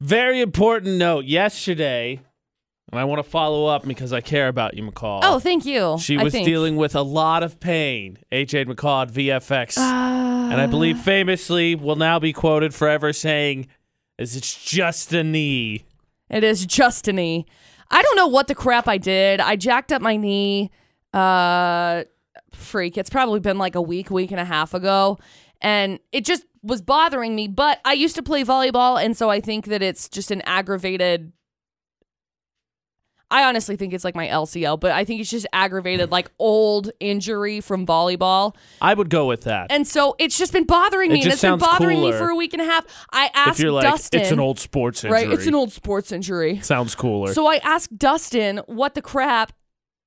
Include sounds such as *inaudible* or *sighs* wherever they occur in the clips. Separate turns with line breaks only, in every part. Very important note yesterday, and I want to follow up because I care about you, McCall.
Oh, thank you.
she
I
was
think.
dealing with a lot of pain. AJ McCall at VFX,
Ah.
and I believe famously will now be quoted forever saying, "Is it's just a knee."
It is just a knee. I don't know what the crap I did. I jacked up my knee. Uh, freak. It's probably been like a week, week and a half ago, and it just was bothering me. But I used to play volleyball, and so I think that it's just an aggravated. I honestly think it's like my LCL, but I think it's just aggravated, like old injury from volleyball.
I would go with that.
And so it's just been bothering me,
It
and
just
it's been
sounds
bothering me
cooler.
for a week and a half. I asked
if you're like,
Dustin.
it's an old sports injury.
Right, it's an old sports injury.
Sounds cooler.
So I asked Dustin, what the crap?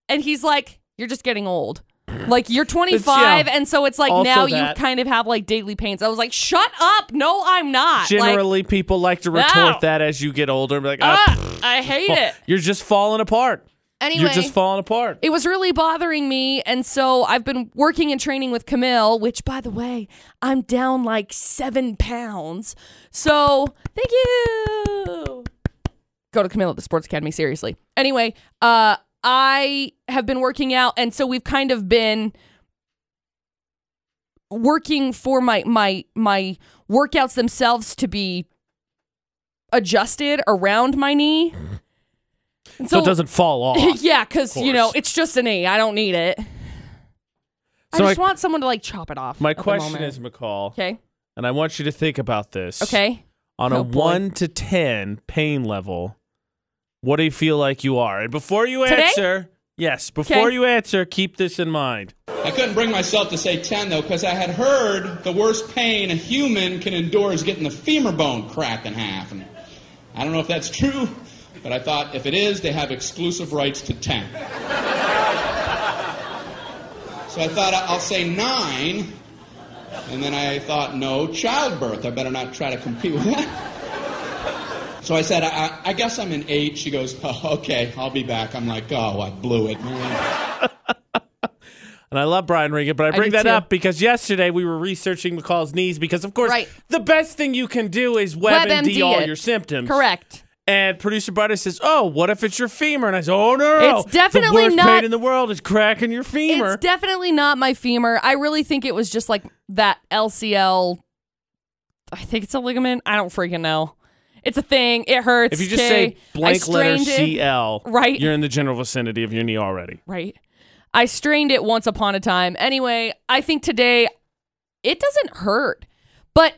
And he's like, you're just getting old. Like, you're 25,
yeah.
and so it's like
Also
now
that.
you kind of have like daily pains. I was like, shut up. No, I'm not. like,
Generally, people like to retort
Ow.
that as you get older. and be like, "Ah,
ah, I hate it.
you're just falling apart.
Anyway.
You're just falling apart.
it was really bothering me. And so I've been working and training with Camille, which, by the way, I'm down like seven pounds. So thank you. Go to Camille at the Sports Academy, seriously. Anyway, uh, I have been working out. And so we've kind of been working for my my my workouts themselves to be adjusted around my knee. And
so it doesn't fall
*laughs*
off.
*coughs* yeah, because you know
course.
it's just an E. I don't need it. I
So
just
I-
want someone to like chop it off.
My
at the
question
moment.
is, McCall,
okay,
and I want you to think about this.
okay.
On a
Oh, boy.
1 to 10 pain level, what do you feel like you are? And before you
Today?
answer, yes, before
Okay.
you answer, keep this in mind.
I couldn't bring myself to say 10, though, because I had heard the worst pain a human can endure is getting the femur bone cracked in half. And I don't know if that's true, but I thought if it is, they have exclusive rights to 10. so I thought I- I'll say 9, and then I thought, no, childbirth. I better not try to compete with that. So I said, I, I- I guess I'm an 8. She goes, oh, okay, I'll be back. I'm like, oh, I blew it, man.
And I love Brian Regan, but I bring
do
that
too.
up because yesterday we were researching McCall's knees because, of course,
Right.
the best thing you can do is WebMD,
WebMD
all
it.
your symptoms.
Correct.
And producer Butter says, "Oh, what if it's your femur?" And I said, "Oh no, no, no.
It's definitely
the worst
not-
pain in the world is cracking your femur."
It's definitely not my femur. I really think it was just like that LCL. I think it's a ligament. I don't freaking know. It's a thing. It hurts.
if you just
okay?
say blank
I
letter
strained it.
CL,
Right.
you're in the general vicinity of your knee already.
right? I strained it once upon a time. Anyway, I think today it doesn't hurt, but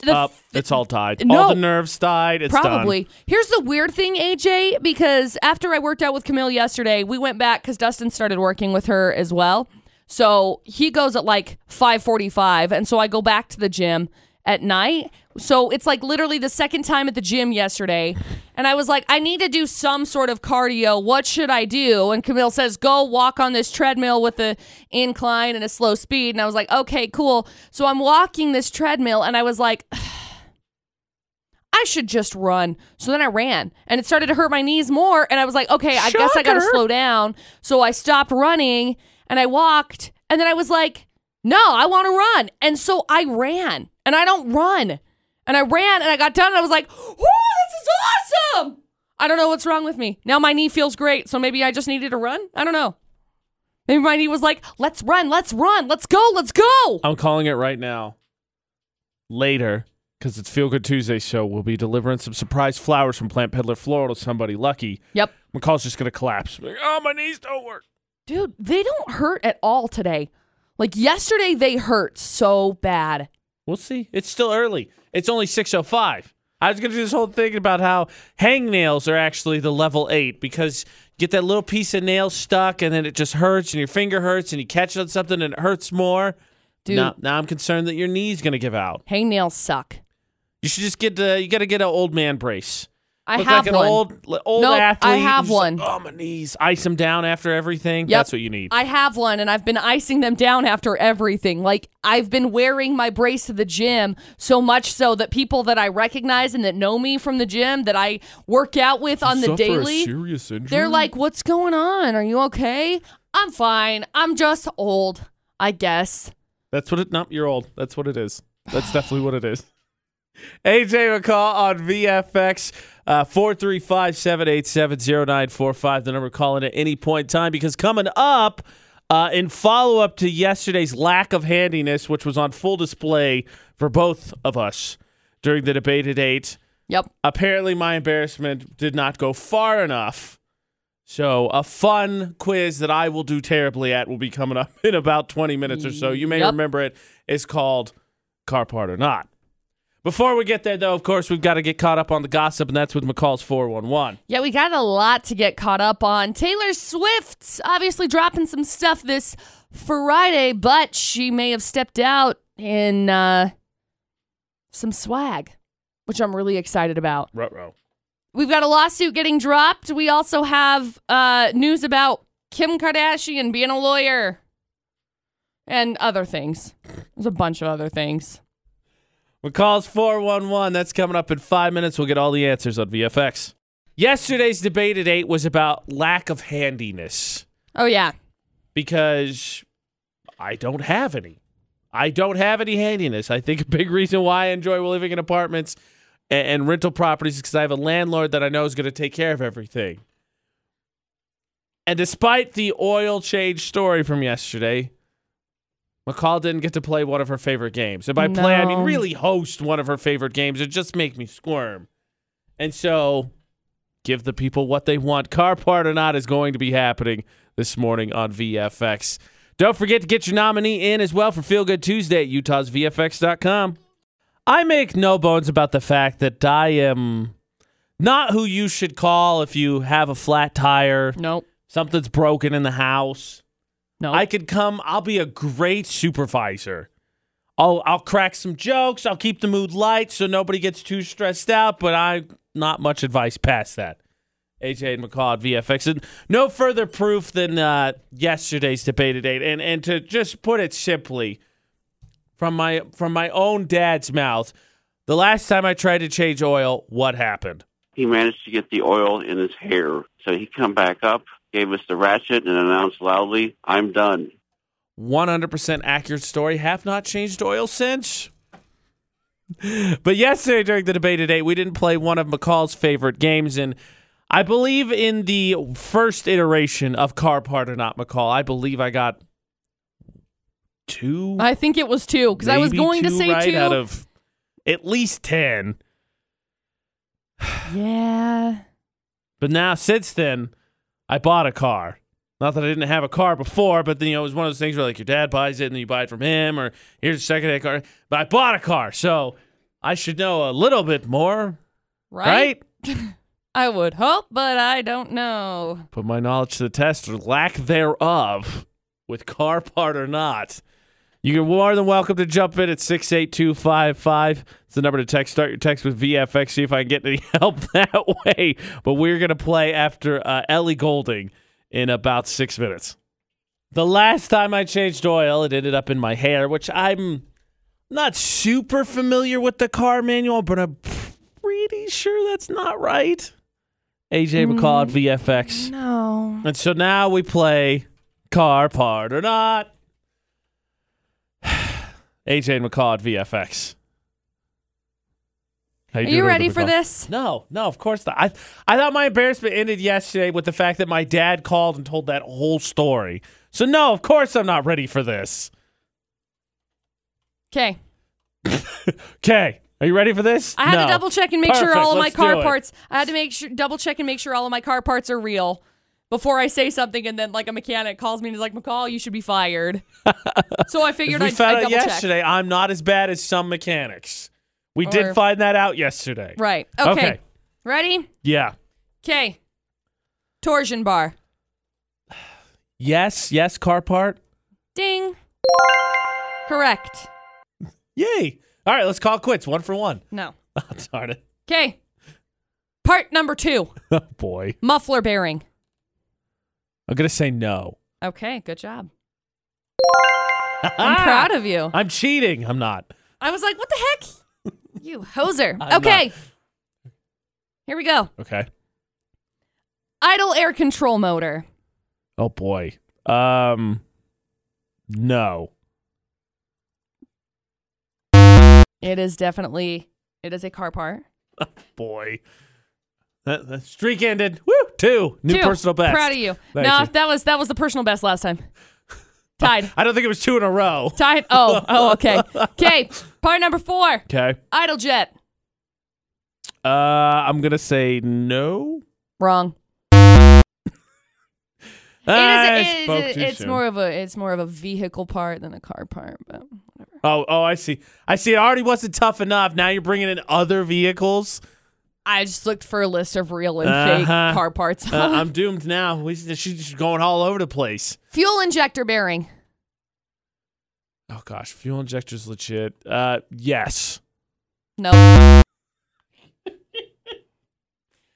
the
Up,
f-
it's all tied.
No.
all the nerves tied. It's
probably. Here's the weird thing, AJ, because after I worked out with Camille yesterday, we went back because Dustin started working with her as well. So he goes at like 5:45, and so I go back to the gym at night. So it's like literally the second time at the gym yesterday, and I was like, I need to do some sort of cardio. What should I do? And Camille says, Go walk on this treadmill with a incline and a slow speed. And I was like, Okay, cool. So I'm walking this treadmill, and I was like, I should just run. So then I ran and it started to hurt my knees more. And I was like, okay, I guess I got to
Shocker.
slow down. So I stopped running and I walked. And then I was like, no, I want to run. And so I ran and I don't run. And I ran and I got done and I was like, whoo, this is awesome. I don't know what's wrong with me. Now my knee feels great. So maybe I just needed to run. I don't know. Maybe my knee was like, let's run, let's run, let's go, let's go.
Done. I'm calling it right now. Later, because it's Feel Good Tuesday show, we'll be delivering some surprise flowers from Plant Peddler Floral to somebody lucky.
Yep.
McCall's just gonna collapse. Like, oh, my knees don't work.
Dude, they don't hurt at all today. Like yesterday, they hurt so bad.
We'll see. It's still early. It's only 6:05. I was going to do this whole thing about how hangnails are actually the level 8 because you get that little piece of nail stuck and then it just hurts and your finger hurts and you catch it on something and it hurts more.
Dude.
Now, now I'm concerned that your knee's going to give out.
Hangnails suck.
You should just get the you got to get an old man brace.
I
Look
have
like an
one.
old li- old
Nope, I
athlete. and
have
just like,
one.
oh my knees. Ice them down after everything.
Yep.
That's what you need.
I have one, and I've been icing them down after everything. Like I've been wearing my brace to the gym so much so that people that I recognize and that know me from the gym that I work out with on the daily,
serious injury.
they're like, "What's going on? Are you okay? I'm fine. I'm just old, I guess."
That's what it. Not you're old. That's what it is. That's definitely what it is. AJ McCall on VFX. Uh, 435-787-0945 the number to call in at any point in time because coming up uh, in follow-up to yesterday's lack of handiness which was on full display for both of us during the debate at 8
Yep.
apparently my embarrassment did not go far enough so a fun quiz that i will do terribly at will be coming up *laughs* in about 20 minutes or so you may
Yep.
remember it it's called car part or not before we get there though of course we've got to get caught up on the gossip and that's with mccall's 411
Yeah, we got a lot to get caught up on. Taylor Swift's obviously dropping some stuff this Friday, but she may have stepped out in uh, some swag, which I'm really excited about.
Ruh-roh.
We've got a lawsuit getting dropped. We also have uh, news about Kim Kardashian being a lawyer and other things. There's a bunch of other things.
McCall's 411. That's coming up in five minutes. We'll get all the answers on VFX. Yesterday's debate at eight was about lack of handiness
Oh, yeah.
because I don't have any. I don't have any handiness. I think a big *laughs* reason why I enjoy living in apartments a- and, rental properties is because I have a landlord that I know is going to take care of everything. And despite the oil change story from yesterday, McCall didn't get to play one of her favorite games. And by play, I mean
No.
really host one of her favorite games. It just make me squirm. And so give the people what they want. Car part or not is going to be happening this morning on VFX. Don't forget to get your nominee in as well for Feel Good Tuesday at Utah's VFX.com. I make no bones about the fact that I am not who you should call if you have a flat tire,
Nope.
something's broken in the house.
No.
I could come, I'll be a great supervisor. I'll, I'll crack some jokes, I'll keep the mood light so nobody gets too stressed out, but I not much advice past that. AJ and McCall at VFX. And no further proof than uh, yesterday's debate at eight. And and to just put it simply, from my from my own dad's mouth, the last time I tried to change oil, what happened?
he managed to get the oil in his hair. So he come back up, gave us the ratchet, and announced loudly, "I'm done."
100% accurate story. Have not changed oil since. But yesterday during the debate today, we didn't play one of McCall's favorite games. And I believe in the first iteration of Car Part or Not McCall, I believe I got two.
I think it was two because I was
maybe
going to
two
say
right
two.
out of at least 10.
yeah.
But now, since then, I bought a car. Not that I didn't have a car before, but then, you know, it was one of those things where like your dad buys it and then you buy it from him, or here's a second hand car. But I bought a car, so I should know a little bit more,
Right?
right?
I would hope, but I don't know.
Put my knowledge to the test or lack thereof with car part or not. You're more than welcome to jump in at 68255. It's the number to text. Start your text with VFX. See if I can get any *laughs* help that way. But we're going to play after uh, Ellie Golding in about six minutes. The last time I changed oil, it ended up in my hair, which I'm not super familiar with the car manual, but I'm pretty sure that's not right. AJ McCall at VFX.
No.
And so now we play Car Part or Not. *sighs* AJ and McCall at VFX. How
Are
doing
you
over
ready
the
for
McCall?
this?
No, no, of course not. I, I thought my embarrassment ended yesterday with the fact that my dad called and told that whole story. So, no, of course I'm not ready for this.
Okay.
Okay. Are you ready for this?
I had
No.
to double check and make sure
Perfect,
all of my
let's do
car
it.
parts. I had to make sure double check and make sure all of my car parts are real before I say something, and then like a mechanic calls me and is like, "McCall, you should
*laughs*
be fired." so I
As
figured
we
I'd,
found
I'd
out
double check.
yesterday, I'm not as bad as some mechanics. We
Or-
did find that out yesterday.
Right. Okay.
Okay.
Ready?
Yeah.
Okay. Torsion bar.
Yes, yes, car part.
Ding. Correct.
Yay. All right, let's call it quits. One for one. *laughs*
No.
Oh, darn it.
Okay. Part number two.
*laughs* Oh, boy.
Muffler bearing.
I'm going to say no.
Okay. Good job. *laughs* I'm
Ah.
proud of you.
*laughs* I'm cheating. I'm not.
I was like, "What the heck?" *laughs* You hoser.
I'm not.
okay. Here we go.
Okay.
idle air control motor.
Oh, boy. Um, no.
It is definitely It is a car part.
Boy. That, that streak ended. Woo! Two. New
Two.
personal best.
Proud of you.
Thank
no,
you.
that was that was the personal best
*laughs*
last time. Tied.
I don't think it was two in a row.
Tied. Oh, oh, okay. Okay. Part number four.
*laughs* Okay.
Idle jet.
Uh, I'm going to say no.
Wrong. It is-
Ah, I
it is-
spoke too
it's
soon.
more of a it's more of a vehicle part than a car part, but whatever.
Oh, oh, I see. I see. It already wasn't tough enough. Now you're bringing in other vehicles.
I just looked for a list of real and fake
Uh-huh.
car parts.
Uh,
*laughs*
I'm doomed now. We, she's going all over the place.
Fuel injector bearing.
Oh gosh, fuel injectors legit. Uh, yes.
No. How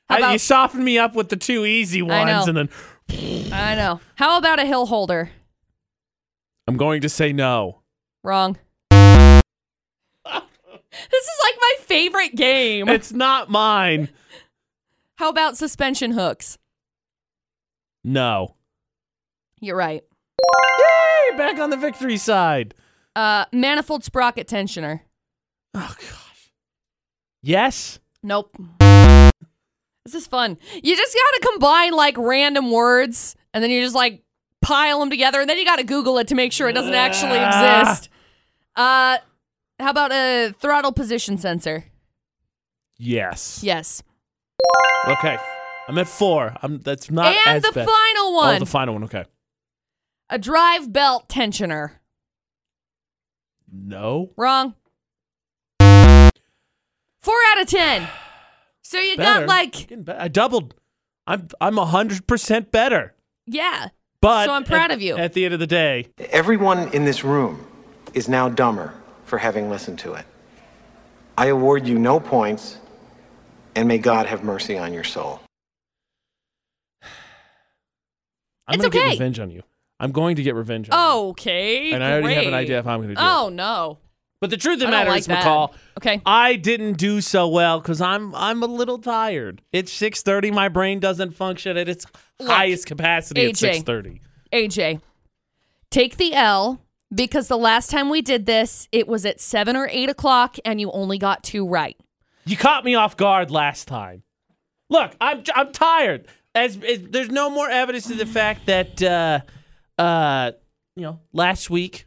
I- you
about,
softened me up with the two easy
I know.
ones, and then
I know. How about a hill holder?
I'm going to say no.
*laughs* Wrong. this is like my favorite game.
It's not mine.
How about suspension hooks?
No.
You're right.
Yay! Back on the victory side.
Uh, manifold sprocket tensioner.
Oh gosh. Yes.
Nope. This is fun. You just gotta combine like random words and then you just like pile them together and then you gotta Google it to make sure it doesn't actually
Ah.
exist. Uh, how about a throttle position sensor?
Yes.
Yes.
Okay. I'm at four. I'm. That's not as
and the
bad.
final
Oh,
one
the final one. Okay.
a drive belt tensioner.
No.
Wrong. Four out of ten. So you
Better.
got like,
Getting better. I doubled. I'm. I'm hundred percent better.
yeah.
But
So I'm proud
at-
of you.
At the end of the day,
Everyone in this room is now dumber for having listened to it. I award you no points, and may God have mercy on your soul.
I'm
It's
gonna
okay.
get revenge on you. I'm going to get revenge on you.
Okay.
And I already have an
great.
idea of how I'm going to do it.
Oh no.
But the truth of the
I don't
matter
like
is,
that.
McCall,
Okay.
I didn't do so well because I'm I'm a little tired. It's 6:30. My brain doesn't function at its
Look,
highest capacity
AJ.
at 6:30.
AJ, take the L because the last time we did this, it was at seven or eight o'clock, and you only got two right.
You caught me off guard last time. Look, I'm I'm tired. As, as there's no more evidence to the fact that uh, uh, you know last week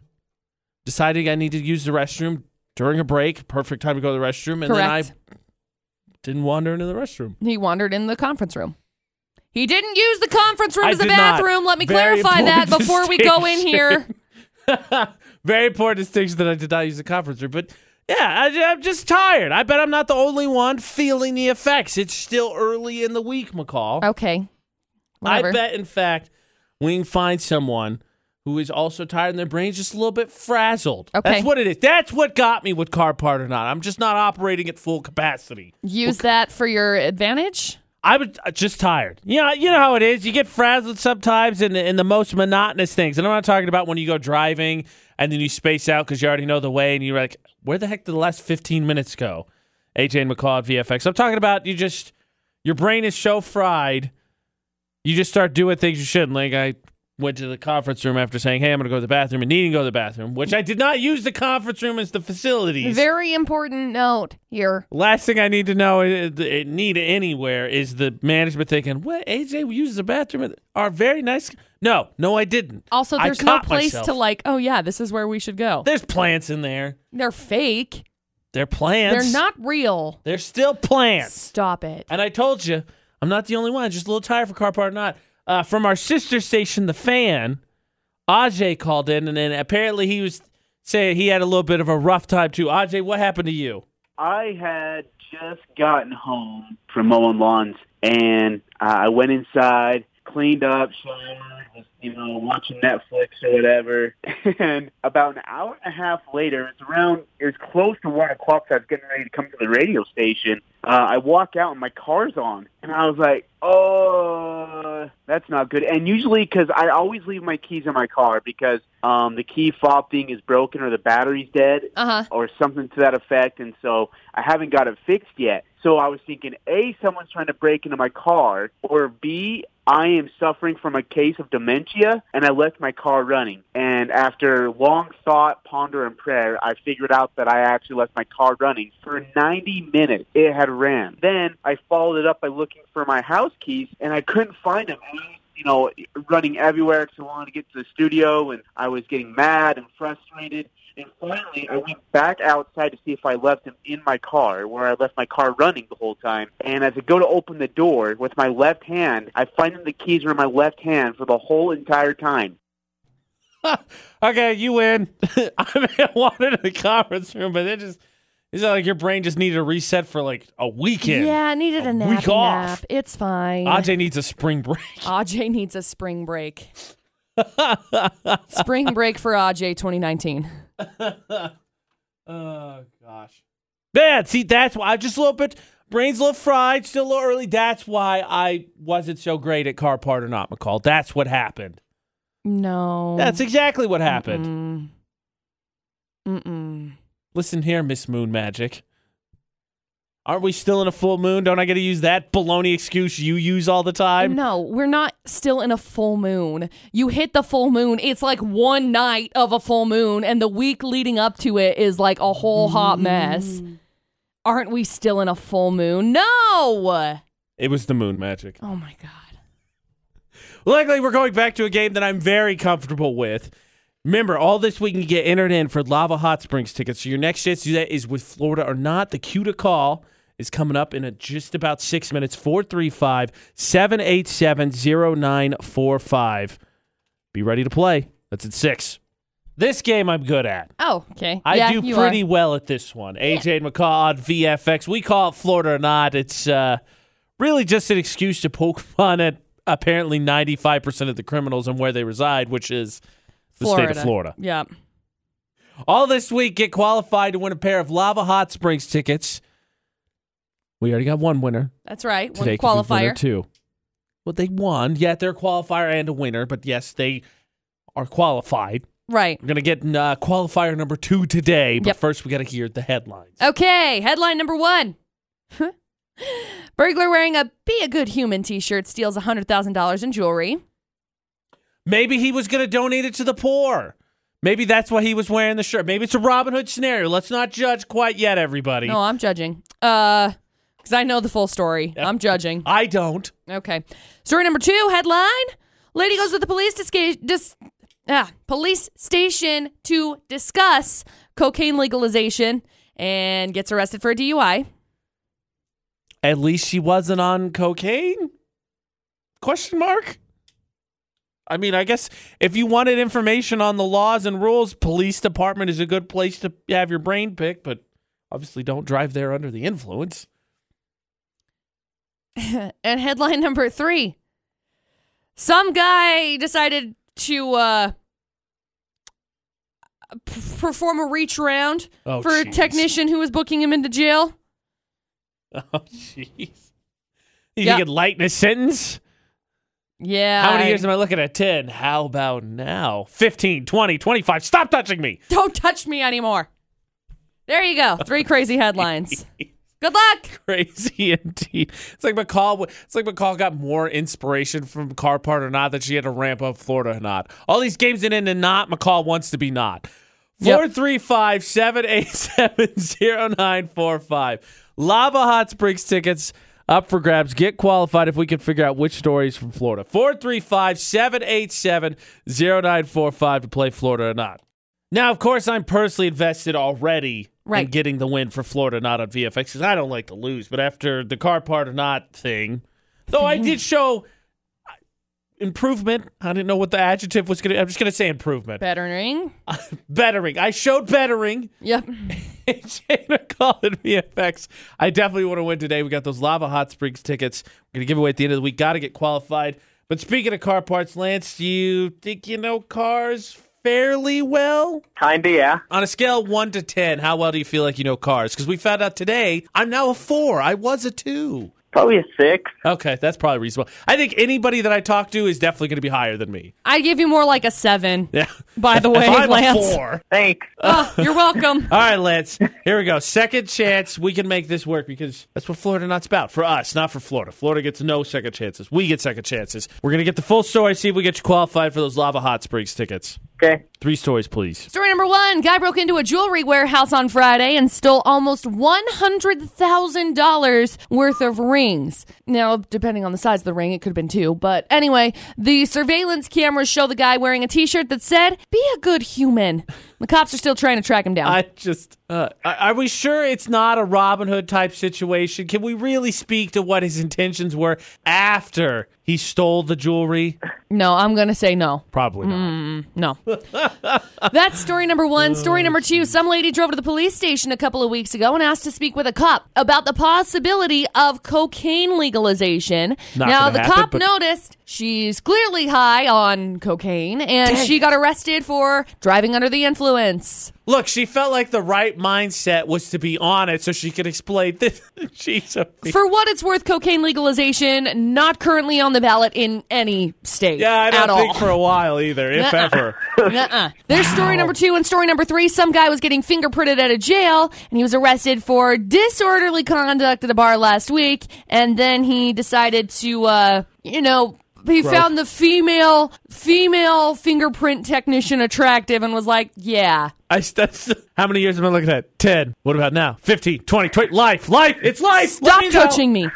deciding I need to use the restroom during a break, perfect time to go to the restroom, and
Correct.
then I didn't wander into the restroom. *laughs*
He wandered in the conference room. He didn't use the conference room
I
as a
did not.
bathroom. Let me
Very
clarify that
important
before we go in here.
Very poor distinction that I did not use the conference room, but yeah, I, I'm just tired. I bet I'm not the only one feeling the effects. It's still early in the week, McCall.
Okay. Whatever.
I bet, in fact, we can find someone who is also tired and their brain's just a little bit frazzled.
Okay.
That's what it is. That's what got me with car part or not. I'm just not operating at full capacity.
Use that for your advantage.
I was uh, just tired. You know, you know how it is. You get frazzled sometimes in the, in the most monotonous things. And I'm not talking about when you go driving and then you space out because you already know the way and you're like, where the heck did the last 15 minutes go? AJ and McCall at VFX. I'm talking about you just, your brain is so fried, you just start doing things you shouldn't. Like I went to the conference room after saying, hey, I'm going to go to the bathroom and needing to go to the bathroom, which I did not use the conference room as the facilities.
Very important note here.
Last thing I need to know, it, it need anywhere, is the management thinking, "What AJ uses the bathroom at our very nice." No, no, I didn't.
Also,
I
there's no
caught
place
myself.
to like, oh yeah, this is where we should go.
There's plants in there.
They're fake.
They're plants.
They're not real.
They're still plants.
Stop it.
And I told you, I'm not the only one. Just a little tired for car part or not. Uh, from our sister station, the fan, Ajay called in, and then apparently he was saying he had a little bit of a rough time too. Ajay, what happened to you?
I had just gotten home from mowing lawns, and I went inside, cleaned up, showered, was you know watching Netflix or whatever. *laughs* And about an hour and a half later, it's around, it was close to one o'clock. So I was getting ready to come to the radio station. Uh, I walk out, and my car's on, and I was like, "Oh, that's not good." And usually, because I always leave my keys in my car because um, the key fob thing is broken or the battery's dead,
Uh
Uh-huh.
huh.
or something to that effect. And so I haven't got it fixed yet. So I was thinking, A, someone's trying to break into my car, or B, I am suffering from a case of dementia Nokia, and I left my car running. And after long thought, ponder, and prayer, I figured out that I actually left my car running. For 90 minutes, it had ran. Then I followed it up by looking for my house keys, and I couldn't find them. And I was, You know, running everywhere because I wanted to get to the studio, and I was getting mad and frustrated. And finally, I went back outside to see if I left him in my car, where I left my car running the whole time. And as I go to open the door with my left hand, I find that the keys were in my left hand for the whole entire time.
*laughs* okay, you win. I mean, I wanted in the conference room, but it just it's not like your brain just needed a reset for like a weekend.
Yeah, I needed a,
A
nap.
week off.
nap. It's fine.
Ajay needs a spring break. *laughs*
AJ needs a spring break. spring break for AJ 2019.
Oh gosh. Yeah, see, that's why I just a little bit brain's a little fried, still a little early. That's why I wasn't so great at car part or not McCall. That's what happened.
No.
That's exactly what happened.
Mm. Mm-mm.
Listen here, Miss Moon Magic. Aren't we still in a full moon? Don't I get to use that baloney excuse you use all the time?
no, we're not still in a full moon. You hit the full moon. It's like one night of a full moon, and the week leading up to it is like a whole hot mess.
Mm.
Aren't we still in a full moon? No. Oh
It was the moon magic.
my God.
Luckily, we're going back to a game that I'm very comfortable with. Remember, all this week you can get entered in for Lava Hot Springs tickets. So your next chance to do that is with Florida or not. The cue to call is coming up in a, just about six minutes. 435 787 0945. Be ready to play. That's at six. This game I'm good at.
Oh, okay.
I
Yeah,
do
you
pretty
Are.
well at this one. AJ and McCall on VFX. We call it Florida or not. It's uh, really just an excuse to poke *laughs* fun at apparently 95% of the criminals and where they reside, which is the state of Florida.
Yeah.
All this week, get qualified to win a pair of Lava Hot Springs tickets. We already got one winner.
That's right. One
Today could be winner
qualifier.
two. Well, they won. Yeah, they're a qualifier and a winner, but yes, they are qualified.
Right.
We're going to get uh, qualifier number two today, but
Yep.
first we got to hear the headlines.
Okay, headline number one. *laughs* Burglar wearing a Be a Good Human t shirt steals $100,000 in jewelry.
Maybe he was going to donate it to the poor. Maybe that's why he was wearing the shirt. Maybe it's a Robin Hood scenario. Let's not judge quite yet, everybody.
No, I'm judging. Uh, because I know the full story. I'm judging.
I don't.
Okay. Story number two headline Lady goes to the police, disca- dis- ah, police station to discuss cocaine legalization and gets arrested for a DUI.
At least she wasn't on cocaine? Question mark? I mean, I guess if you wanted information on the laws and rules, police department is a good place to have your brain picked, but obviously don't drive there under the influence.
*laughs*
*laughs*
And headline number three some guy decided to uh, p- perform a reach round
Oh,
for a
jeez.
technician who was booking him into jail.
Oh, jeez. You
Yeah.
think it lighten a sentence?
Yeah.
How many
I-
years am I looking at? 10. How about now? 15, 20, 25. Stop touching me. *laughs*
*laughs* Don't touch me anymore. There you go. Three
*laughs*
crazy headlines. Good luck.
Crazy indeed. It's like McCall. It's like McCall got more inspiration from Car Part or Not that she had to ramp up Florida or Not. All these games that end in Not. McCall wants to be Not.
Yep.
Four three five seven eight seven zero nine four five. Lava Hot Springs tickets up for grabs. Get qualified if we can figure out which stories from Florida. Four three five seven eight seven zero nine four five to play Florida or Not. Now, of course, I'm personally invested already in
Right.
getting the win for Florida, not on VFX, because I don't like to lose. But after the car part or not thing, though I did show uh, improvement. I didn't know what the adjective was going to. I'm just going to say improvement.
Bettering.
Bettering. I showed bettering. *laughs*
Yep.
Jada called it VFX. I definitely want to win today. We got those Lava Hot Springs tickets. We're going to give away at the end of the week. Got to get qualified. But speaking of car parts, Lance, you think you know cars fairly well?
Kinda, yeah.
On a scale of one to ten, how well do you feel like you know cars? Because we found out today, I'm now a four. I was a two.
Probably a six.
Okay, that's probably reasonable. I think anybody that I talk to is definitely going to be higher than me.
I give you more like a seven.
Yeah.
By the way,
if I'm
Lance.
a
*laughs*
four.
Thanks.
Oh, you're welcome.
All right, Lance. Here we go. Second chance. We can make this work because that's what Florida Nuts about for us, not for Florida. Florida gets no second chances. We get second chances. We're gonna get the full story. See if we get you qualified for those lava hot springs tickets.
Okay.
Three stories, please.
Story number one guy broke into a jewelry warehouse on Friday and stole almost $100,000 worth of rings. Now, depending on the size of the ring, it could have been two. But anyway, the surveillance cameras show the guy wearing a t shirt that said, Be a good human. The cops are still trying to track him down.
I just. Uh, are- are we sure it's not a Robin Hood type situation? Can we really speak to what his intentions were after he stole the jewelry?
no, I'm going to say no.
Probably not.
No. *laughs* That's story number one. Story number two some lady drove to the police station a couple of weeks ago and asked to speak with a cop about the possibility of cocaine legalization.
Not
now,
gonna
the
happen,
cop
but-
noticed she's clearly high on cocaine and she got arrested for driving under the influence.
Look, she felt like the right mindset was to be on it, so she could explain this. *laughs* She's a.
For what it's worth, cocaine legalization not currently on the ballot in any state.
Yeah, I
at
don't
all.
think for a while either,
*laughs*
if
Nuh-uh.
ever.
Nuh-uh. Uh-uh. There's story number two and story number three. Some guy was getting fingerprinted at a jail, and he was arrested for disorderly conduct at a bar last week. And then he decided to, uh, you know, he found the female female fingerprint technician attractive, and was like, "Yeah,
I that's, how many years have I been looking at? 10. What about now? 15, 20, 20. Life, life, it's life. Let
stop
me know. Uh.
touching
*laughs*
me."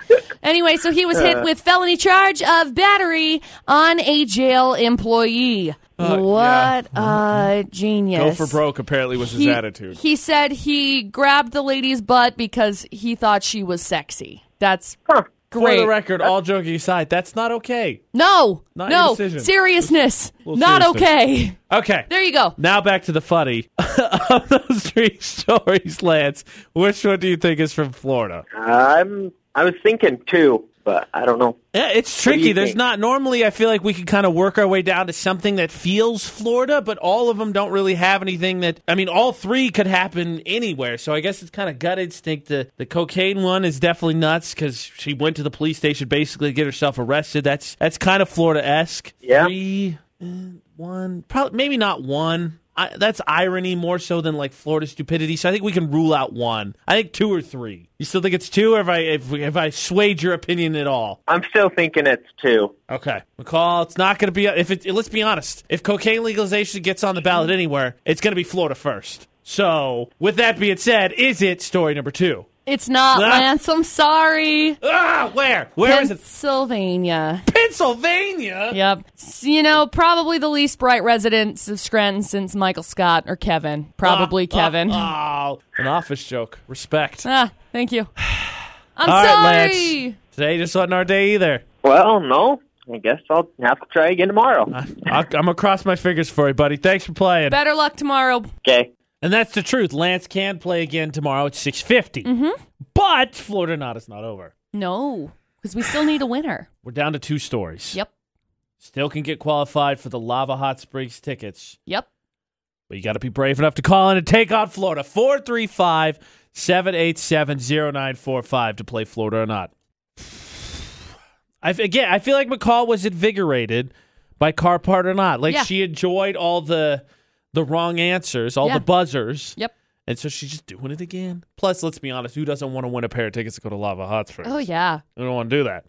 Anyway, so he was hit with felony charge of battery on a jail employee.
Uh,
what a
Mm-hmm. Go
genius!
for broke, apparently, was his
he,
attitude.
he said he grabbed the lady's butt because he thought she was sexy. That's
For
great.
the record, all joking aside, that's not okay.
no,
Not your
no,
decision.
seriousness.
Well,
Not
seriousness.
okay.
Okay.
There you go.
Now back to the funny. *laughs* of those three stories, Lance, which one do you think is from Florida?
I'm I was thinking two, but I don't know.
Yeah, it's
do you
tricky. There's
think?
not normally. I feel like we could kind of work our way down to something that feels Florida, but all of them don't really have anything that. I mean, all three could happen anywhere. So I guess it's kind of gut instinct. The the cocaine one is definitely nuts because she went to the police station basically to get herself arrested. That's that's kind of Florida esque.
Yeah.
Three, uh, one, probably maybe not one. I, that's irony more so than like Florida stupidity. So I think we can rule out one. I think two or three. You still think it's two, or if I if, we, if I swayed your opinion at all?
I'm still thinking it's two.
Okay, McCall. It's not going to be if it. Let's be honest. If cocaine legalization gets on the ballot anywhere, it's going to be Florida first. So, with that being said, is it story number two?
It's not
Ah.
Lance. I'm sorry.
Ah, where? Where is it?
Pennsylvania.
Pennsylvania.
Yep. S- You know, probably the least bright residents of Scranton since Michael Scott or Kevin. Probably
Ah,
Kevin. Ah,
ah, oh, an office joke. Respect. *sighs*
thank you. I'm
All right,
sorry.
Lance. Today just wasn't our day either.
Well, no. I guess I'll have to try again tomorrow.
Uh.
I'll, I'm gonna cross my fingers for you, buddy. Thanks for playing.
Better luck tomorrow.
Okay.
And that's the truth. Lance can play again tomorrow at 6:50.
Mm-hmm.
But Florida not is not over.
No, because we still need a winner.
We're down to two stories.
Yep.
Still can get qualified for the Lava Hot Springs tickets,
Yep.
but you got to be brave enough to call in and take on Florida. 435 787 0945 to play Florida or not. I, again, I feel like McCall was invigorated by Car Part or not. Like
Yeah.
she enjoyed all the the wrong answers, all
Yeah.
the buzzers.
Yep.
And so she's just doing it again. Plus, let's be honest, who doesn't want to win a pair of tickets to go to Lava Hot Springs?
Oh yeah.
We don't want to do that.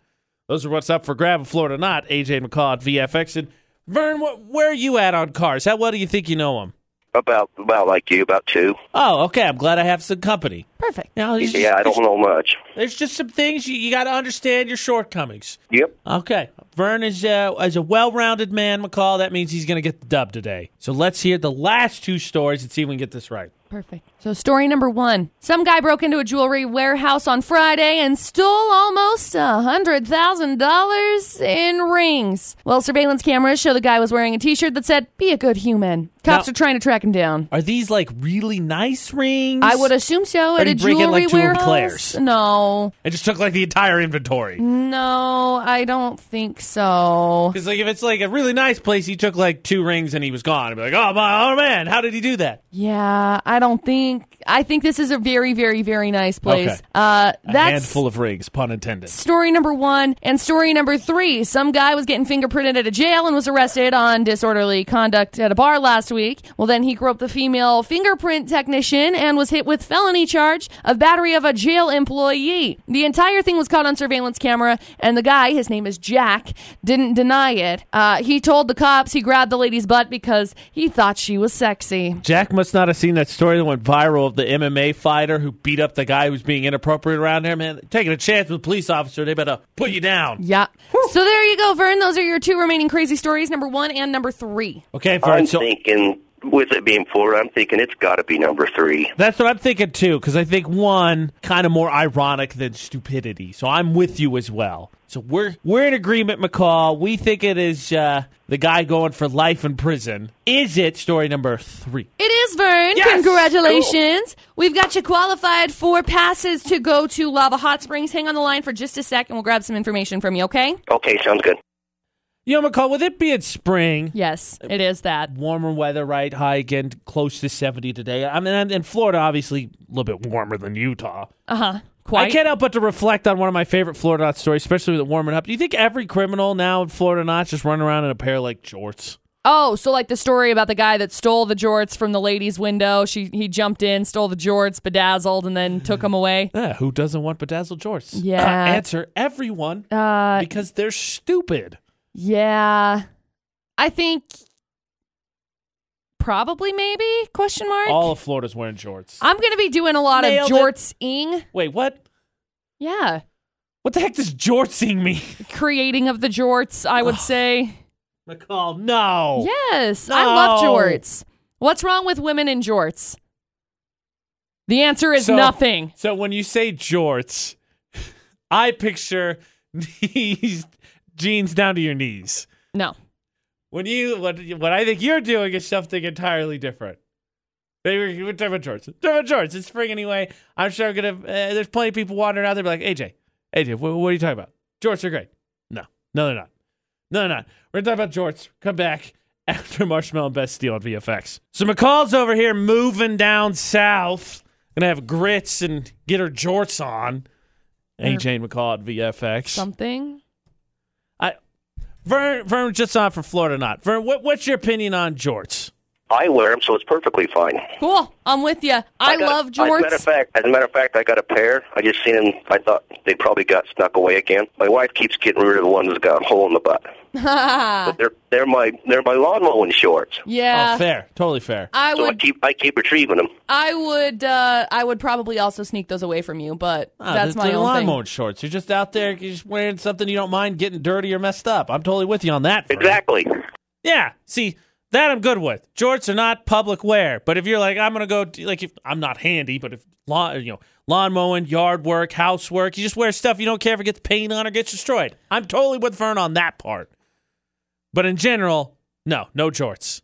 Those are what's up for grab of Florida not. AJ McCall at VFX and Vern, wh- where are you at on cars? How well do you think you know them?
About about like you, about two.
Oh, okay. I'm glad I have some company.
Perfect.
Now, there's just,
Yeah, I don't know much.
There's just some things you, you got to understand your shortcomings.
Yep.
Okay, Vern is uh, as a well-rounded man, McCall. That means he's going to get the dub today. So let's hear the last two stories and see if we can get this right.
Perfect. So, story number one some guy broke into a jewelry warehouse on Friday and stole almost a $100,000 in rings. Well, surveillance cameras show the guy was wearing a t shirt that said, Be a good human. Cops
Now-
are trying to track him down.
Are these like really nice rings?
I would assume so. At
you
a
bring
jewelry
in, like, jewelry
warehouse.
Claire's?
No,
It just took like the entire inventory.
no, I don't think so.
Because like if it's like a really nice place, he took like two rings and he was gone. I'd be like, oh my, oh man, how did he do that?
Yeah, I don't think. I think this is a very, very, very nice place.
Okay.
Uh,
a
that's
handful of rings, pun intended.
story number one and story number three. Some guy was getting fingerprinted at a jail and was arrested on disorderly conduct at a bar last week. Well, then he grew up the female fingerprint technician and was hit with felony charge of battery of a jail employee. The entire thing was caught on surveillance camera, and the guy, his name is Jack, didn't deny it. Uh, he told the cops he grabbed the lady's butt because he thought she was sexy.
Jack must not have seen that story that went viral of the MMA fighter who beat up the guy who was being inappropriate around there. Man, taking a chance with a police officer, they better put you down.
Yeah. So there you go, Vern. Those are your two remaining crazy stories, number one and number three.
Okay,
I'm
Vern. So
thinking, with it being four, I'm thinking it's got to be number three.
that's what I'm thinking too, because I think one kind of more ironic than stupidity. So I'm with you as well. So we're we're in agreement, McCall. We think it is uh, the guy going for life in prison. Is it story number three?
It is Vern.
Yes!
Congratulations. We've got you qualified for passes to go to Lava Hot Springs. Hang on the line for just a second. We'll grab some information from you, okay?
Okay, sounds good.
You know, McCall, with it being spring,
Yes, it is that.
warmer weather, right? High again, close to 70 today. I mean, and- and Florida, obviously, a little bit warmer than Utah.
Uh huh.
I
Quite.
can't help but to reflect on one of my favorite Florida Knots stories, especially with it warming up. Do you think every criminal now in Florida Knots just running around in a pair of like shorts?
Oh, so like the story about the guy that stole the jorts from the lady's window. She he jumped in, stole the jorts, bedazzled, and then took them away.
Yeah, who doesn't want bedazzled shorts? Uh,
Yeah.
answer everyone
Uh,
because they're stupid.
yeah. I think probably maybe question mark.
All of Florida's wearing shorts.
I'm gonna be doing a lot
Nailed it.
of jorts-ing.
Wait, what?
Yeah,
What the heck does jortsing mean? *laughs*
creating of the jorts, I
*sighs*
would say.
McCall, no.
Yes, I love
Oh. No.
jorts. What's wrong with women in jorts? The answer is
So-
nothing.
So when you say jorts, *laughs* I picture *laughs* knees, jeans down to your knees.
No.
When you what what I think you're doing is something entirely different. They were we're talking about jorts. Talking about jorts. It's spring anyway. I'm sure I'm gonna. Uh, there's plenty of people wandering out there. Be like, AJ, AJ, what, what are you talking about? Jorts are great. No, no, they're not. No, they're not. We're gonna talk about jorts. Come back *laughs* after Marshmallow and Best Steel on VFX. So McCall's over here moving down south. Gonna have grits and get her jorts on. AJ and McCall at VFX.
Something?
I Vern Vern was just on for Florida not. Vern, what, what's your opinion on jorts?
I wear them, so it's perfectly fine.
Cool. I'm with you. I,
got-
love
As a matter of
jorts.
fact, as a matter of fact, I got a pair. I just seen them. I thought they probably got snuck away again. My wife keeps getting rid of the ones that got a hole in
*laughs*
the butt. but they're they're my they're my lawn mowing shorts.
yeah.
oh, fair, totally fair.
Uh, I
So I
would
keep I keep retrieving them.
I would uh I would probably also sneak those away from you, but
Ah,
that's
the-
my
the
own
lawn
thing.
mowing shorts. You're just out there, you're just wearing something you don't mind getting dirty or messed up. I'm totally with you on that. Vern.
Exactly.
Yeah. See, that I'm good with. Jorts are not public wear, but if you're like, I'm gonna go, do- like, if I'm not handy, but if lawn, you know, lawn mowing, yard work, house work, you just wear stuff you don't care if it gets paint on or gets destroyed. I'm totally with Vern on that part. But in general, no, no jorts.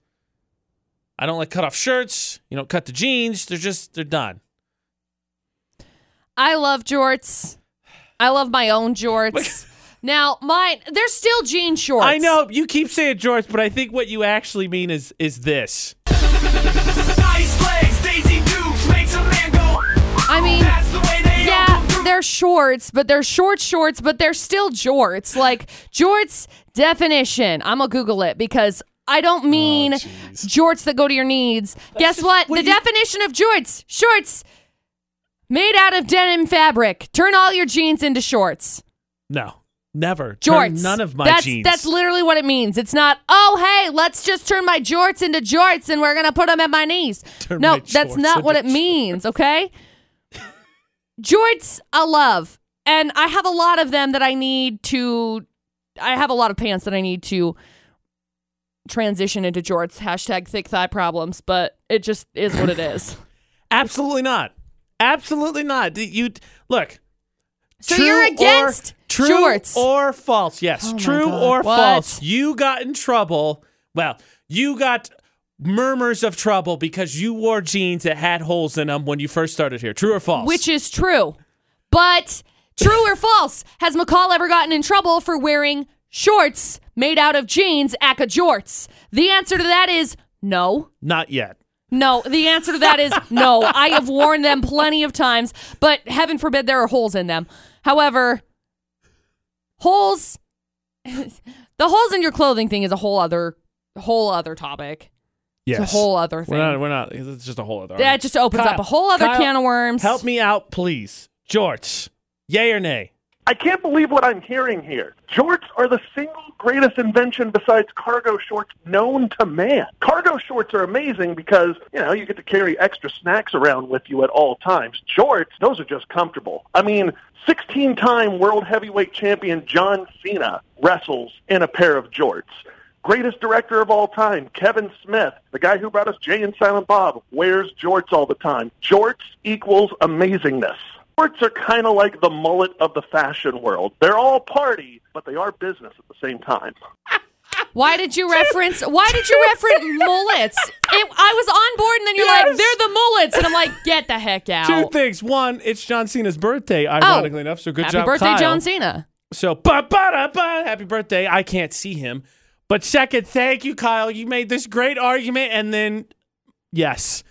I don't like cut off shirts. You don't cut the jeans. They're just they're done.
I love jorts. I love my
*laughs*
own jorts. now, mine they're still jean shorts.
I know you keep saying jorts, but I think what you actually mean is is this.
Ice legs, Daisy Dukes makes a man go.
I mean
That's the way they all
Yeah,
come
they're shorts, but they're short shorts, but they're still jorts. Like jorts definition. I'm gonna Google it because I don't mean jorts that go to your knees. Guess what? The definition of jorts, shorts made out of denim fabric. Turn all your jeans into shorts.
No, never. Turn
Jorts.
None of my
that's,
jeans.
That's literally what it means. It's not, oh, hey, let's just turn my jorts into jorts and we're going to put them at my knees.
*laughs* Turn
no,
my
that's
jorts
not what it
into
means, okay? jorts, I love. And I have a lot of them that I need to, I have a lot of pants that I need to transition into jorts. Hashtag thick thigh problems, but it just is what it is.
Absolutely not. Absolutely not. D- You look.
So you're against
or, true
jorts.
or false? Yes,
Oh my
true
God.
or
What?
false. You got in trouble. Well, you got murmurs of trouble because you wore jeans that had holes in them when you first started here. True or false?
which is true. But true or false, has McCall ever gotten in trouble for wearing shorts made out of jeans, aka jorts? The answer to that is no.
not yet.
No, the answer to that is no. I have worn them plenty of times, but heaven forbid there are holes in them. However, holes *laughs* the holes in your clothing thing is a whole other whole other topic.
Yes.
It's a whole other thing.
We're not. We're not. It's just a whole other.
that just opens
Kyle,
up a whole other
Kyle,
can of worms.
Help me out, please. Jorts. Yay or nay?
I can't believe what I'm hearing here. Jorts are the single greatest invention besides cargo shorts known to man. Cargo shorts are amazing because, you know, you get to carry extra snacks around with you at all times. Jorts, those are just comfortable. I mean, 16-time world heavyweight champion John Cena wrestles in a pair of jorts. Greatest director of all time, Kevin Smith, the guy who brought us Jay and Silent Bob, wears jorts all the time. Jorts equals amazingness. Sports are kind of like the mullet of the fashion world. They're all party, but they are business at the same time.
Why did you reference? Why did you reference mullets? It, I was on board, and then you're like,
Yes.
"They're the mullets," and I'm like, "Get the heck out!"
Two things. One, it's John Cena's birthday, ironically enough. So good
Oh, Happy
job,
birthday,
Kyle.
John Cena.
So, ba ba da ba, happy birthday. I can't see him. But second, thank you, Kyle. You made this great argument, and then yes,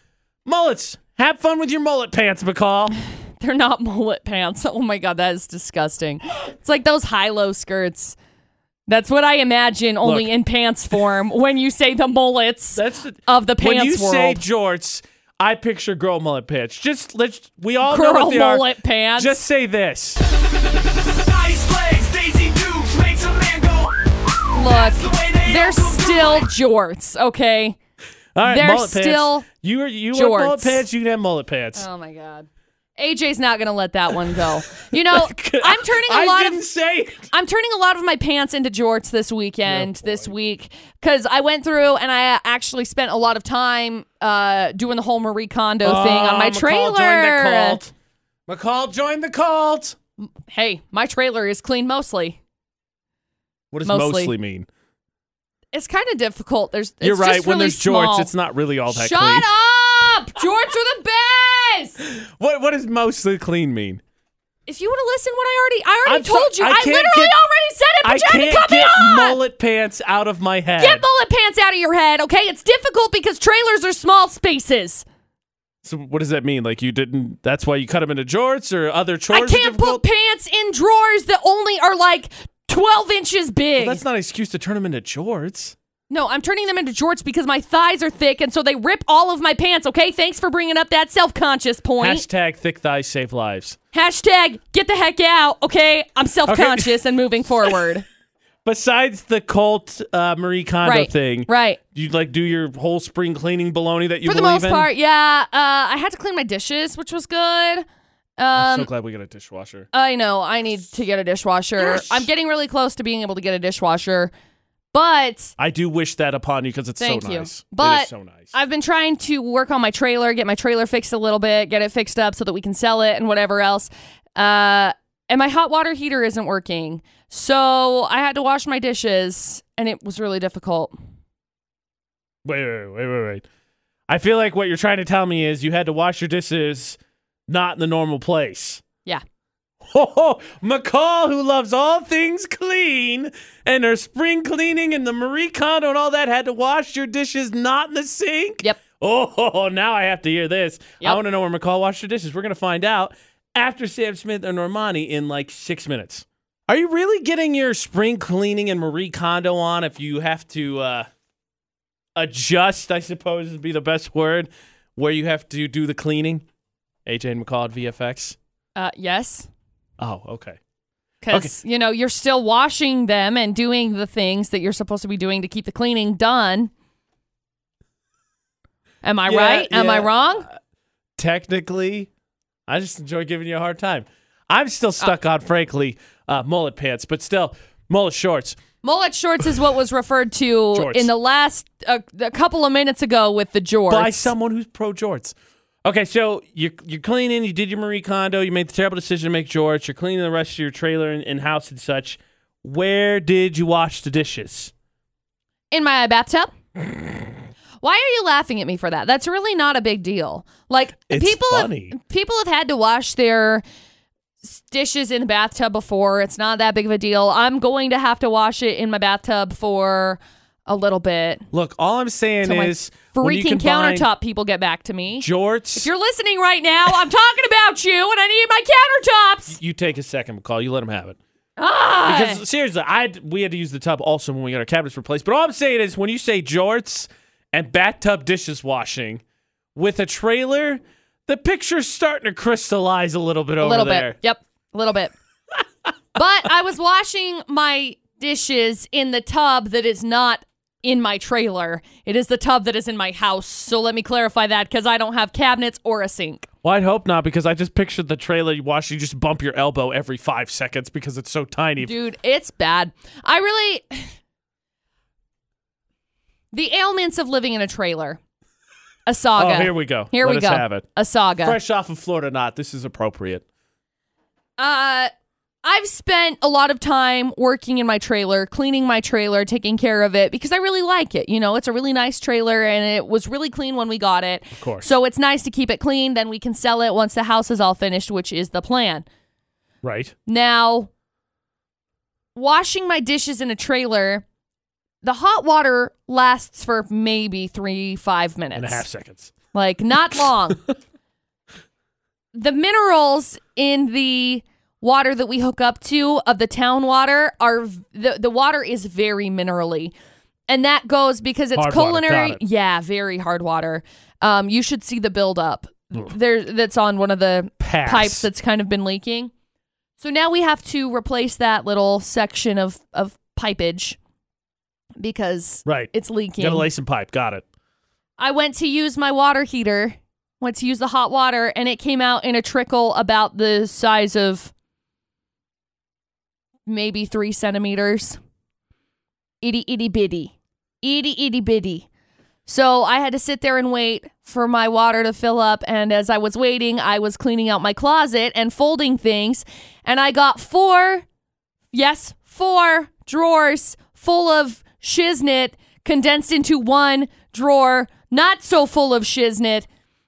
mullets. Have fun with your mullet pants, McCall.
They're not mullet pants. *laughs* Oh my god, that is disgusting. It's like those high-low skirts. That's what I imagine, only
Look.
in pants form. When you say the mullets
That's the,
of the
when you
pants
say
world,
jorts. I picture girl mullet pants. Just let's. We all know
girl
what they are.
mullet pants.
Just say this.
Ice legs, Daisy Dukes makes a man go.
look,
the way they
they're
all come through.
still jorts. Okay.
All right,
They're
mullet
still
pants. You are you want mullet
jorts.
pants. You can have mullet pants. *laughs*
Oh my god. AJ's not gonna let that one go.
*laughs*
You know, I'm turning a
I
lot
didn't
of
say it.
I'm turning a lot of my pants into jorts this weekend, this week, because I went through and I uh, actually spent a lot of time uh, doing the whole Marie Kondo thing on my
Ah, McCall joined the
trailer.
cult. McCall joined the cult.
Hey, my trailer is clean mostly.
What does
Mostly.
mostly, mean?
It's kind of difficult. There's it's
You're right.
Just
when
really
there's
small.
jorts, it's not really all that
Shut
clean.
up! Jorts are the best.
What what does mostly clean mean?
*laughs* If you would have listened when I already, I already
I'm so-
told you. I,
I can't
literally
get-
already said it, but
I
you had to
can't
cut me
get
off.
mullet pants out of my head.
Get bullet pants out of your head, okay? It's difficult because trailers are small spaces.
so what does that mean? Like you didn't? That's why you cut them into jorts or other chores?
I
are
can't
difficult?
put pants in drawers that only are like 12 inches big.
Well, that's not an excuse to turn them into jorts.
no, I'm turning them into jorts because my thighs are thick and so they rip all of my pants, okay? Thanks for bringing up that self conscious point.
Hashtag thick thighs save lives.
Hashtag get the heck out, okay? I'm self conscious
*laughs*
and moving forward.
Besides the cult uh, Marie Kondo
right.
thing,
Right.
you like do your whole spring cleaning baloney that you
For the
believe
most
in?
part, yeah. Uh, I had to clean my dishes, which was good.
I'm
Um,
so glad we got a dishwasher.
I know. I need to get a dishwasher. I'm getting really close to being able to get a dishwasher, but
I do wish that upon you because it's
Thank
so
you.
nice. it
But
is so nice.
I've been trying to work on my trailer, get my trailer fixed a little bit, get it fixed up so that we can sell it and whatever else. Uh, and my hot water heater isn't working. So I had to wash my dishes and it was really difficult.
wait, wait, wait, wait, wait. I feel like what you're trying to tell me is you had to wash your dishes not in the normal place.
Yeah.
Oh, McCall, who loves all things clean and her spring cleaning and the Marie Kondo and all that, had to wash your dishes not in the sink.
Yep.
Oh, now I have to hear this. I
Yep.
want to know where McCall washed her dishes. We're going to find out after Sam Smith and Normani in like six minutes. Are you really getting your spring cleaning and Marie Kondo on if you have to uh, adjust, I suppose would be the best word, where you have to do the cleaning? AJ and McCall at VFX.
Uh, yes.
Oh, okay.
Because, you know, you're still washing them and doing the things that you're supposed to be doing to keep the cleaning done. Am I
Yeah,
right? Am I
yeah.
wrong?
Technically, I just enjoy giving you a hard time. I'm still stuck on, frankly, uh, mullet pants, but still, mullet shorts.
Mullet shorts is what was referred to
Jorts.
in the last uh, a couple of minutes ago with the jorts.
by someone who's pro jorts. Okay, so you're you're cleaning. You did your Marie Kondo. You made the terrible decision to make jorts. You're cleaning the rest of your trailer and, and house and such. Where did you wash the dishes?
in my bathtub. Why are you laughing at me for that? That's really not a big deal. Like
It's
people
funny.
Have, people have had to wash their s- dishes in a bathtub before. It's not that big of a deal. I'm going to have to wash it in my bathtub for a little bit.
Look, all I'm saying
So my
is when you
freaking
combine
countertop people get back to me.
jorts.
If you're listening right now, I'm talking about you and I need my countertops.
you take a second call. You let them have it.
Ah!
Because seriously, I had- we had to use the tub also when we got our cabinets replaced. But all I'm saying is when you say jorts and bathtub dishes washing with a trailer, the picture's starting to crystallize a little bit over
a little
there.
bit. Yep, a
*laughs*
little bit. but I was washing my dishes in the tub that is not in my trailer. It is the tub that is in my house. So let me clarify that because I don't have cabinets or a sink.
Well, I'd hope not because I just pictured the trailer you wash, you just bump your elbow every five seconds because it's so tiny.
Dude, it's bad. I really. *sighs* The ailments of living in a trailer. A
oh,
saga.
here we go.
Here
let
we
us
go.
have it.
A saga.
Fresh off of Florida Not, this is appropriate.
Uh, I've spent a lot of time working in my trailer, cleaning my trailer, taking care of it because I really like it. You know, it's a really nice trailer and it was really clean when we got it. Of
course.
So it's nice to keep it clean. Then we can sell it once the house is all finished, which is the plan.
Right.
Now, washing my dishes in a trailer, the hot water lasts for maybe three, five minutes
And a half seconds.
like not long.
*laughs*
the minerals in the water that we hook up to of the town water are v- the the water is very minerally. And that goes because it's
Hard water, got
culinary.
it.
Yeah, very hard water. Um, you should see the buildup there that's on one of the
Pass.
pipes that's kind of been leaking. So now we have to replace that little section of of pipage because
Right.
it's leaking.
Got to lay some pipe. Got it.
I went to use my water heater, went to use the hot water, and it came out in a trickle about the size of maybe three centimeters. Itty itty bitty. Itty itty bitty. So I had to sit there and wait for my water to fill up. And as I was waiting, I was cleaning out my closet and folding things. And I got four Yes, four drawers full of shiznit condensed into one drawer not so full of shiznit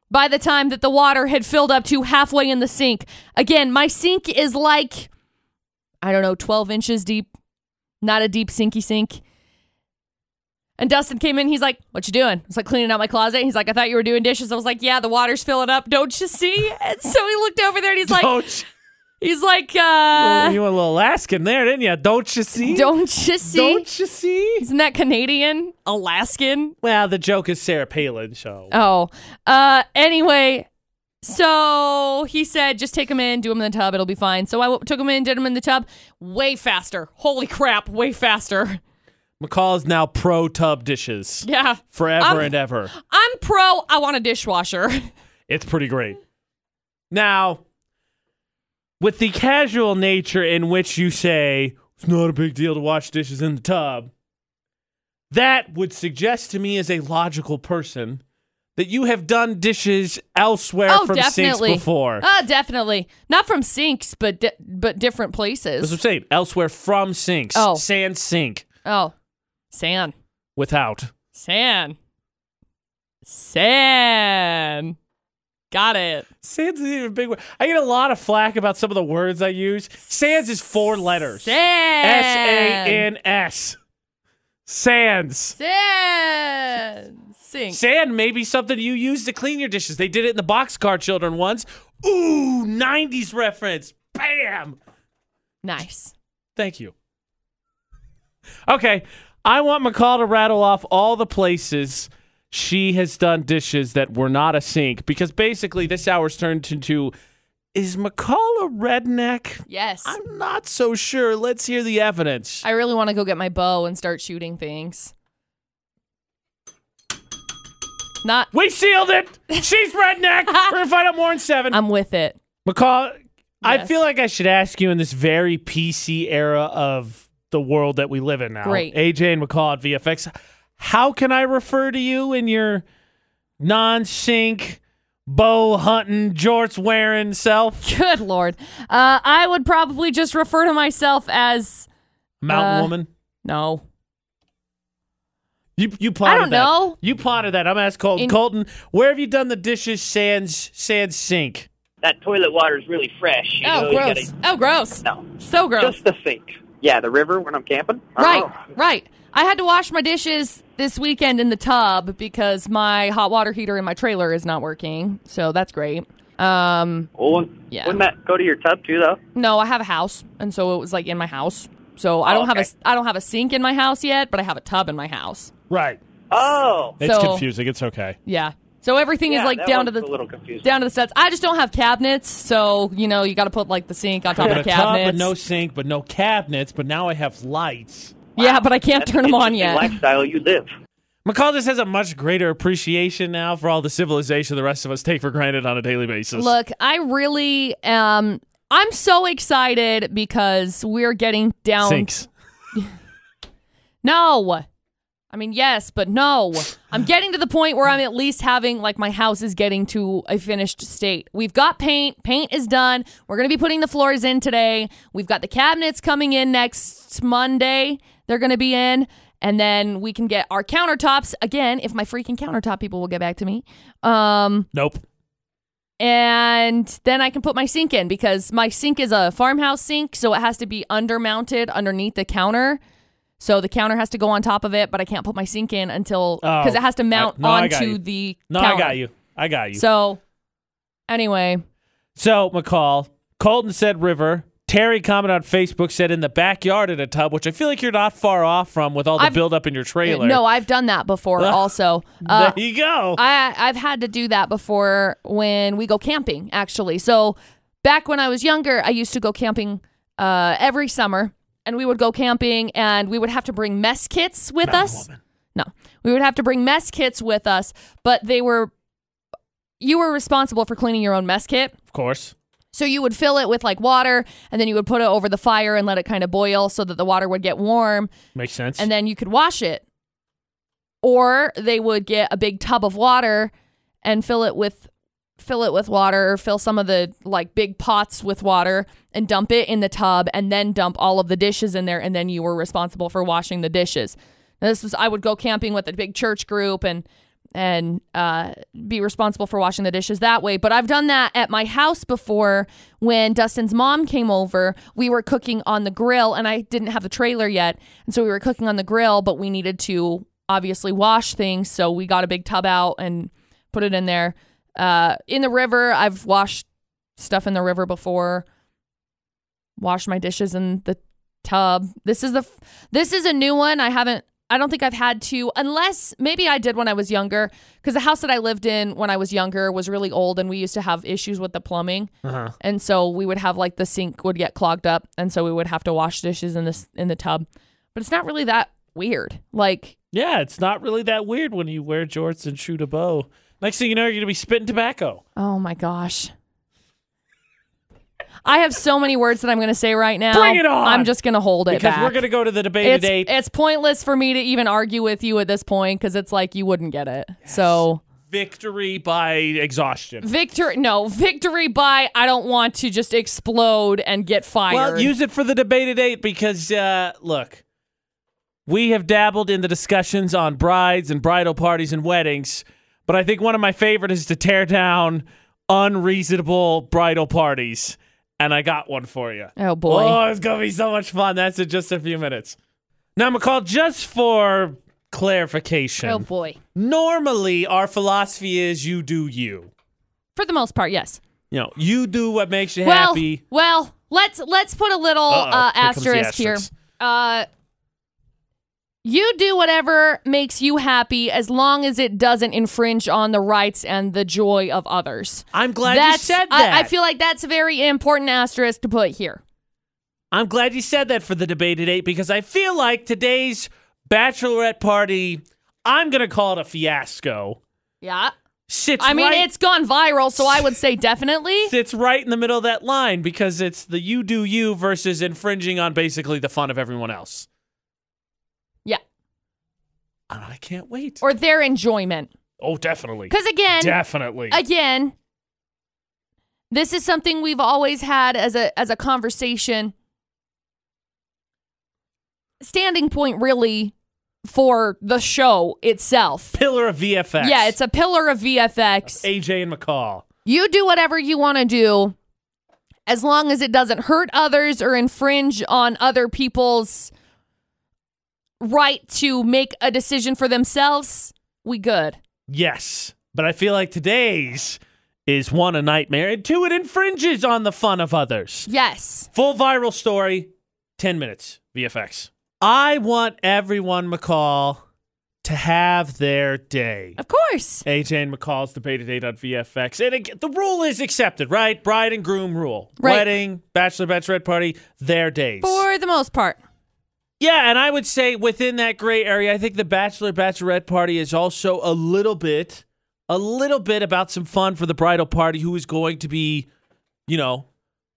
by the time that the water had filled up to halfway in the sink. Again, my sink is like, I don't know, 12 inches deep. Not a deep sinky sink. And Dustin came in. He's like, "What you doing?" I was like, "Cleaning out my closet." He's like, "I thought you were doing dishes." I was like, "Yeah, the water's filling up. Don't you see?" And so he looked over there and he's like,
Don't
"He's like,
you,
uh,
you went a little Alaskan there, didn't you? Don't you see?
don't you see?"
Don't you see?
Isn't that Canadian? Alaskan?
Well, the joke is Sarah Palin, so
Oh. Uh anyway, so he said just take him in, do him in the tub, it'll be fine. So I w- took him in, did him in the tub, way faster. Holy crap, way faster. *laughs*
McCall is now pro tub dishes
Yeah. Uh,
forever
I'm-
and ever.
I'm pro, I want a dishwasher.
It's pretty great. Now, with the casual nature in which you say it's not a big deal to wash dishes in the tub, that would suggest to me as a logical person that you have done dishes elsewhere
oh,
from
definitely.
sinks before.
Uh, definitely. Not from sinks, but di- but different
That's what I'm
places.
saying. Elsewhere from sinks.
Oh.
Sand sink
Oh. San.
without.
San. San. Got it.
Sans is even a big word. I get a lot of flack about some of the words I use. Sans is four letters. S
San.
A N S. Sans.
Sand. Sink.
Sand may be something you use to clean your dishes. They did it in the boxcar children once. Ooh, 90s reference. Bam.
Nice.
Thank you. Okay. I want McCall to rattle off all the places she has done dishes that were not a sink because basically this hour's turned into is McCall a redneck?
Yes. i
I'm not so sure. Let's hear the evidence.
really want to go get my bow and start shooting things. Not.
We sealed it. She's
*laughs*
redneck. We're going to find out more in seven.
I'm with it.
McCall, I
Um, Yes.
feel like I should ask you in this very PC era of the world that we live in now.
Great.
AJ and McCall at VFX, how can I refer to you in your non sync, bow hunting, jorts wearing self?
Good lord. Uh, I would probably just refer to myself as
Mountain
Uh,
woman.
no.
You you potted
don't
that.
know.
You potted that. I'm asking Colton.
In-
Colton, where have you done the dishes? Sans sans sink.
That toilet water is really fresh. You know,
Oh,
you
gross. Oh, gross.
No.
So gross.
Just the sink. Yeah, the river when I'm camping.
uh-huh.
Right,
Oh,
right. I had to wash my dishes this weekend in the tub because my hot water heater in my trailer is not working. So that's great. Um,
Well,
Yeah.
Wouldn't that go to your tub too, though?
no, I have a house, and so it was like in my house. So I don't have a s- I don't have a sink in my house yet, but I have a tub in my house.
Right.
Oh,
It's
So-
confusing. It's okay.
Yeah. So everything
yeah,
is like
that
down to
one's a
the
little confusing.
down to the studs. I just don't have cabinets, so you know you got to put like the sink on top
But
of
a
the
tub, but
cabinets.
no sink, but no cabinets. But now I have lights.
yeah, but I can't turn them on
Interesting
yet.
Lifestyle you live.
McCall just has a much greater appreciation now for all the civilization the rest of us take for granted on a daily basis.
Look, I really um I'm so excited because we're getting down
Sinks.
No. I mean, yes, but no. I'm getting to the point where I'm at least having like my house is getting to a finished state. We've got paint. Paint is done. We're going to be putting the floors in today. We've got the cabinets coming in next Monday. They're going to be in. And then we can get our countertops again if my freaking countertop people will get back to me. Um
Nope.
and then I can put my sink in because my sink is a farmhouse sink, so it has to be undermounted underneath the counter. So the counter has to go on top of it, but I can't put my sink in until
Oh,
because it has to mount
I- no, I got
onto
you.
the
No,
counter.
I got you. I got you.
So anyway,
So, McCall, Colton said river. Terry commented on Facebook said in the backyard in a tub, which I feel like you're not far off from with all the
I've-
buildup in your trailer.
no, I've done
*laughs*
that before. also, uh,
there you go.
I I've had to do that before when we go camping actually. So back when I was younger, I used to go camping uh, every summer, and we would go camping, and we would have to bring mess kits with us. No, we would have to bring mess kits with us, but they were you were responsible for cleaning your own mess kit.
of course.
So you would fill it with like water, and then you would put it over the fire and let it kind of boil so that the water would get warm
Makes sense.
and then you could wash it. Or they would get a big tub of water and fill it with fill it with water or fill some of the like big pots with water and dump it in the tub and then dump all of the dishes in there and then you were responsible for washing the dishes. Now, this was I would go camping with a big church group and and uh, be responsible for washing the dishes that way. But I've done that at my house before when Dustin's mom came over. We were cooking on the grill and I didn't have the trailer yet. And so we were cooking on the grill, but we needed to obviously wash things. So we got a big tub out and put it in there. Uh, in the river, I've washed stuff in the river before. Washed my dishes in the tub. This is the f- this is a new one. I haven't I don't think I've had to unless maybe I did when I was younger cuz the house that I lived in when I was younger was really old and we used to have issues with the plumbing. And so we would have like the sink would get clogged up and so we would have to wash dishes in this in the tub. But it's not really that weird. Like
yeah, it's not really that weird when you wear jorts and shoot a bow. Next thing you know, you're going to be spitting tobacco.
oh my gosh. I have so many words that I'm going to say right now.
Bring it on!
I'm just going to hold it
Because
back.
we're going to go to the debate
it's,
today.
it's pointless for me to even argue with you at this point because it's like you wouldn't get it. So
Victory by exhaustion.
victory, no victory by I don't want to just explode and get fired.
Well, use it for the debate today because, uh, look, we have dabbled in the discussions on brides and bridal parties and weddings, but I think one of my favorite is to tear down unreasonable bridal parties. And I got one for you.
oh boy,
Oh, it's going to be so much fun. That's in just a few minutes. Now, McCall, just for clarification,
oh boy.
normally our philosophy is you do you.
For the most part, yes.
You know, you do what makes you
Well,
happy.
well, let's let's put a little
Uh-oh,
uh,
here comes the
asterisk here.
asterisk.
Uh, you do whatever makes you happy as long as it doesn't infringe on the rights and the joy of others.
I'm glad
that's,
you said
I-
that.
I feel like that's a very important asterisk to put here.
I'm glad you said that for the debate today because I feel like today's bachelorette party, I'm going to call it a fiasco.
Yeah.
Sits
I mean,
right,
it's gone viral, so I would
*laughs*
say definitely.
sits right in the middle of that line because it's the you do you versus infringing on basically the fun of everyone else.
Yeah.
And I can't wait.
Or their enjoyment.
oh, definitely.
Because again,
Definitely.
again, this is something we've always had as a as a conversation. Standing point really for the show itself.
Pillar of VFX.
Yeah, it's a pillar of VFX.
AJ and McCall.
You do whatever you want to do as long as it doesn't hurt others or infringe on other people's right to make a decision for themselves. We good.
Yes, but I feel like today's is one a nightmare, and two it infringes on the fun of others.
Yes.
Full viral story, ten minutes VFX. I want everyone McCall to have their day.
Of course.
AJ and McCall's debate today on VFX. And it, the rule is accepted, right? Bride and groom rule.
Right.
Wedding, bachelor, bachelorette party, their days.
For the most part.
Yeah, and I would say within that gray area, I think the bachelor bachelorette party is also a little bit, a little bit about some fun for the bridal party who is going to be, you know,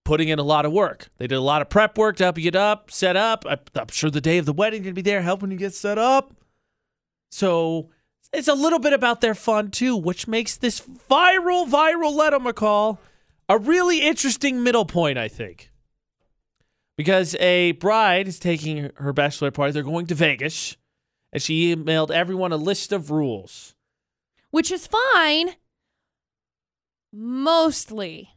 putting in a lot of work. They did a lot of prep work to help you get up, set up. I, I'm sure the day of the wedding gonna be there helping you get set up. So it's a little bit about their fun too, which makes this viral, viral letter McCall a really interesting middle point, I think because a bride is taking her bachelor party. They're going to Vegas, and she emailed everyone a list of rules.
Which is fine. Mostly.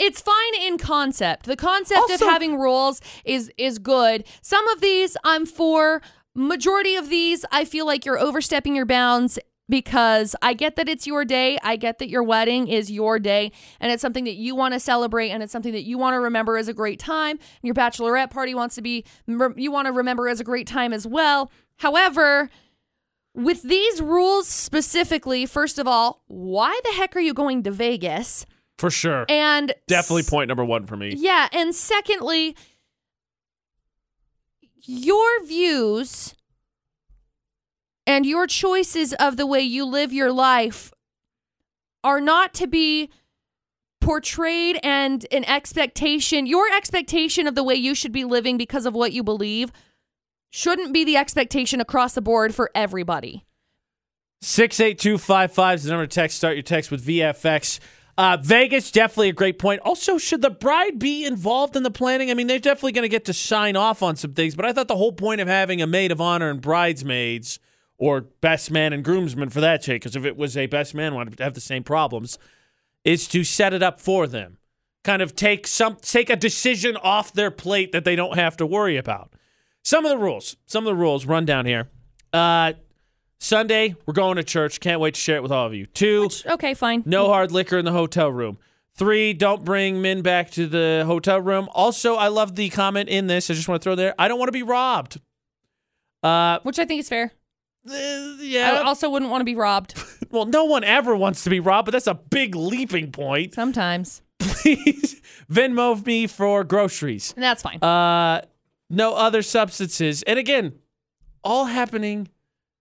It's fine in concept. The concept
Also-
of having rules is is good. Some of these I'm for. Majority of these I feel like you're overstepping your bounds because I get that it's your day. I get that your wedding is your day and it's something that you want to celebrate and it's something that you want to remember as a great time. Your bachelorette party wants to be you want to remember as a great time as well. However, with these rules specifically, first of all, why the heck are you going to Vegas?
For sure.
And
Definitely point number one for me.
yeah, and secondly, your views and your choices of the way you live your life are not to be portrayed and an expectation. Your expectation of the way you should be living because of what you believe shouldn't be the expectation across the board for everybody.
68255 is the number to text. Start your text with VFX. Uh, Vegas, definitely a great point. Also, should the bride be involved in the planning? I mean, they're definitely going to get to sign off on some things, but I thought the whole point of having a maid of honor and bridesmaids, or best man and groomsman for that sake, because if it was a best man one, it'd have the same problems, is to set it up for them. Kind of take some take a decision off their plate that they don't have to worry about. Some of the rules, some of the rules run down here. Uh, Sunday, we're going to church. Can't wait to share it with all of you. Two,
Okay, fine.
no hard liquor in the hotel room. Three, don't bring men back to the hotel room. Also, I love the comment in this. I just want to throw there. I don't want to be robbed. Uh,
Which I think is fair.
eh,
I
yeah.
also wouldn't want to
*laughs*
be robbed
well, no one ever wants to be robbed, but that's a big leaping point. *laughs*
sometimes.
Please Venmo me for groceries.
And that's fine.
Uh, no other substances. And again, all happening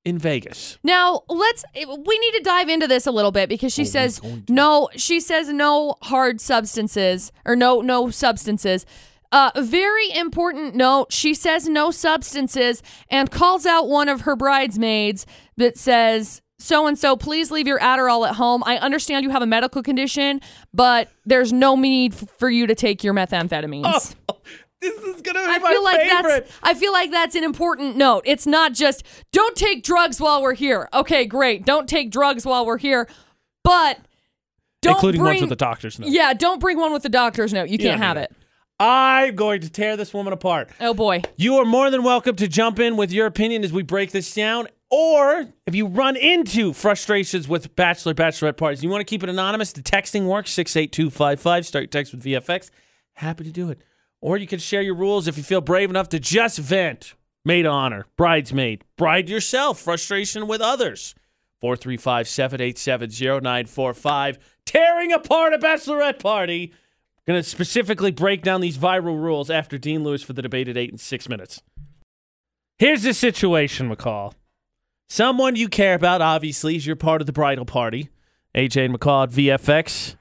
in Vegas.
Now, let's eh, we need to dive into this a little bit because
Oh,
she says no, she says no hard substances or no no substances. Uh, very important note, she says no substances and calls out one of her bridesmaids that says so and so, please leave your Adderall at home. I understand you have a medical condition, but there's no need f- for you to take your methamphetamines.
Oh, This is gonna be
I
my
feel like
favorite.
that's I feel like that's an important note. It's not just don't take drugs while we're here. Okay, great. Don't take drugs while we're here, but don't
including
bring
ones with the doctor's note.
yeah, don't bring one with the doctor's note. You
Yeah,
can't
no,
have
no.
it.
I'm going to tear this woman apart.
Oh boy.
You are more than welcome to jump in with your opinion as we break this down. Or if you run into frustrations with bachelor, bachelorette parties, you want to keep it anonymous, the texting works 68255. Start your text with VFX. Happy to do it. Or you can share your rules if you feel brave enough to just vent. Maid of honor, bridesmaid, bride yourself, frustration with others. 435 787 0945. Tearing apart a bachelorette party. Going to specifically break down these viral rules after Dean Lewis for the debate at eight and six minutes. Here's the situation, McCall. Someone you care about, obviously, is you're part of the bridal party. AJ and McCall at VFX.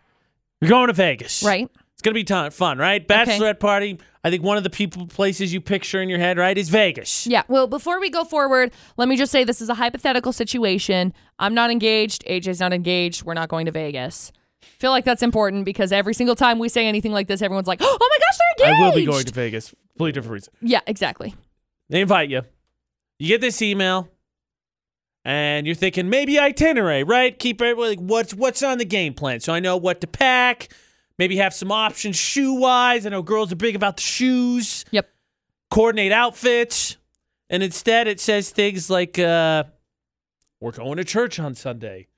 You're going to Vegas.
Right.
It's going to be ton- fun, right?
Okay.
Bachelorette party. I think one of the people places you picture in your head, right, is Vegas.
Yeah. Well, before we go forward, let me just say this is a hypothetical situation. I'm not engaged. AJ's not engaged. We're not going to Vegas. Feel like that's important because every single time we say anything like this, everyone's like, *gasps* "Oh my gosh, they're
I
engaged!"
will be going to Vegas. Completely different reason.
Yeah, exactly.
They invite you. You get this email, and you're thinking maybe itinerary, right? Keep everybody like, what's what's on the game plan, so I know what to pack. Maybe have some options shoe wise. I know girls are big about the shoes.
Yep.
Coordinate outfits, and instead it says things like, uh, "We're going to church on Sunday."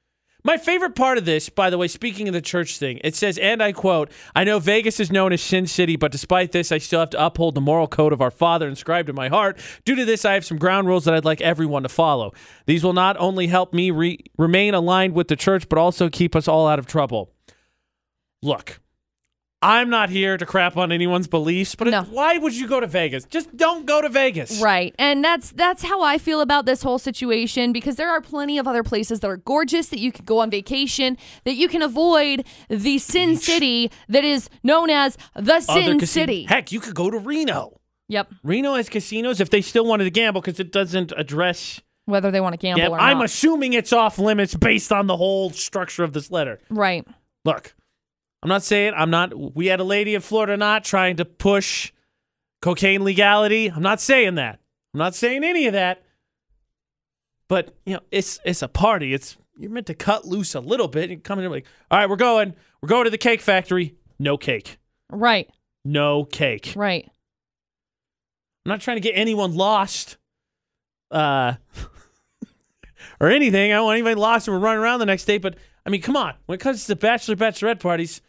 My favorite part of this, by the way, speaking of the church thing, it says, and I quote, I know Vegas is known as Sin City, but despite this, I still have to uphold the moral code of our Father inscribed in my heart. Due to this, I have some ground rules that I'd like everyone to follow. These will not only help me re- remain aligned with the church, but also keep us all out of trouble. Look, I'm not here to crap on anyone's beliefs, but it- why would you go to Vegas? Just don't go to Vegas.
Right. And that's that's how I feel about this whole situation because there are plenty of other places that are gorgeous that you could go on vacation that you can avoid the Sin City that is known as the
Other
Sin
casino-
City.
Heck, you could go to Reno.
Yep.
Reno has casinos if they still wanted to gamble because it doesn't address.
Whether they want to gamble
Yeah,
or
I'm
not.
assuming it's off limits based on the whole structure of this letter.
right.
Look, I'm not saying I'm not. We had a lady in Florida not trying to push cocaine legality. I'm not saying that. I'm not saying any of that. But you know, it's it's a party. It's you're meant to cut loose a little bit and come in and be like, all right, we're going. We're going to the cake factory. No cake.
Right.
No cake.
Right.
I'm not trying to get anyone lost. Uh *laughs* or anything. I don't want anybody lost and we're running around the next day, but I mean, come on. When it comes to bachelor bachelorette parties,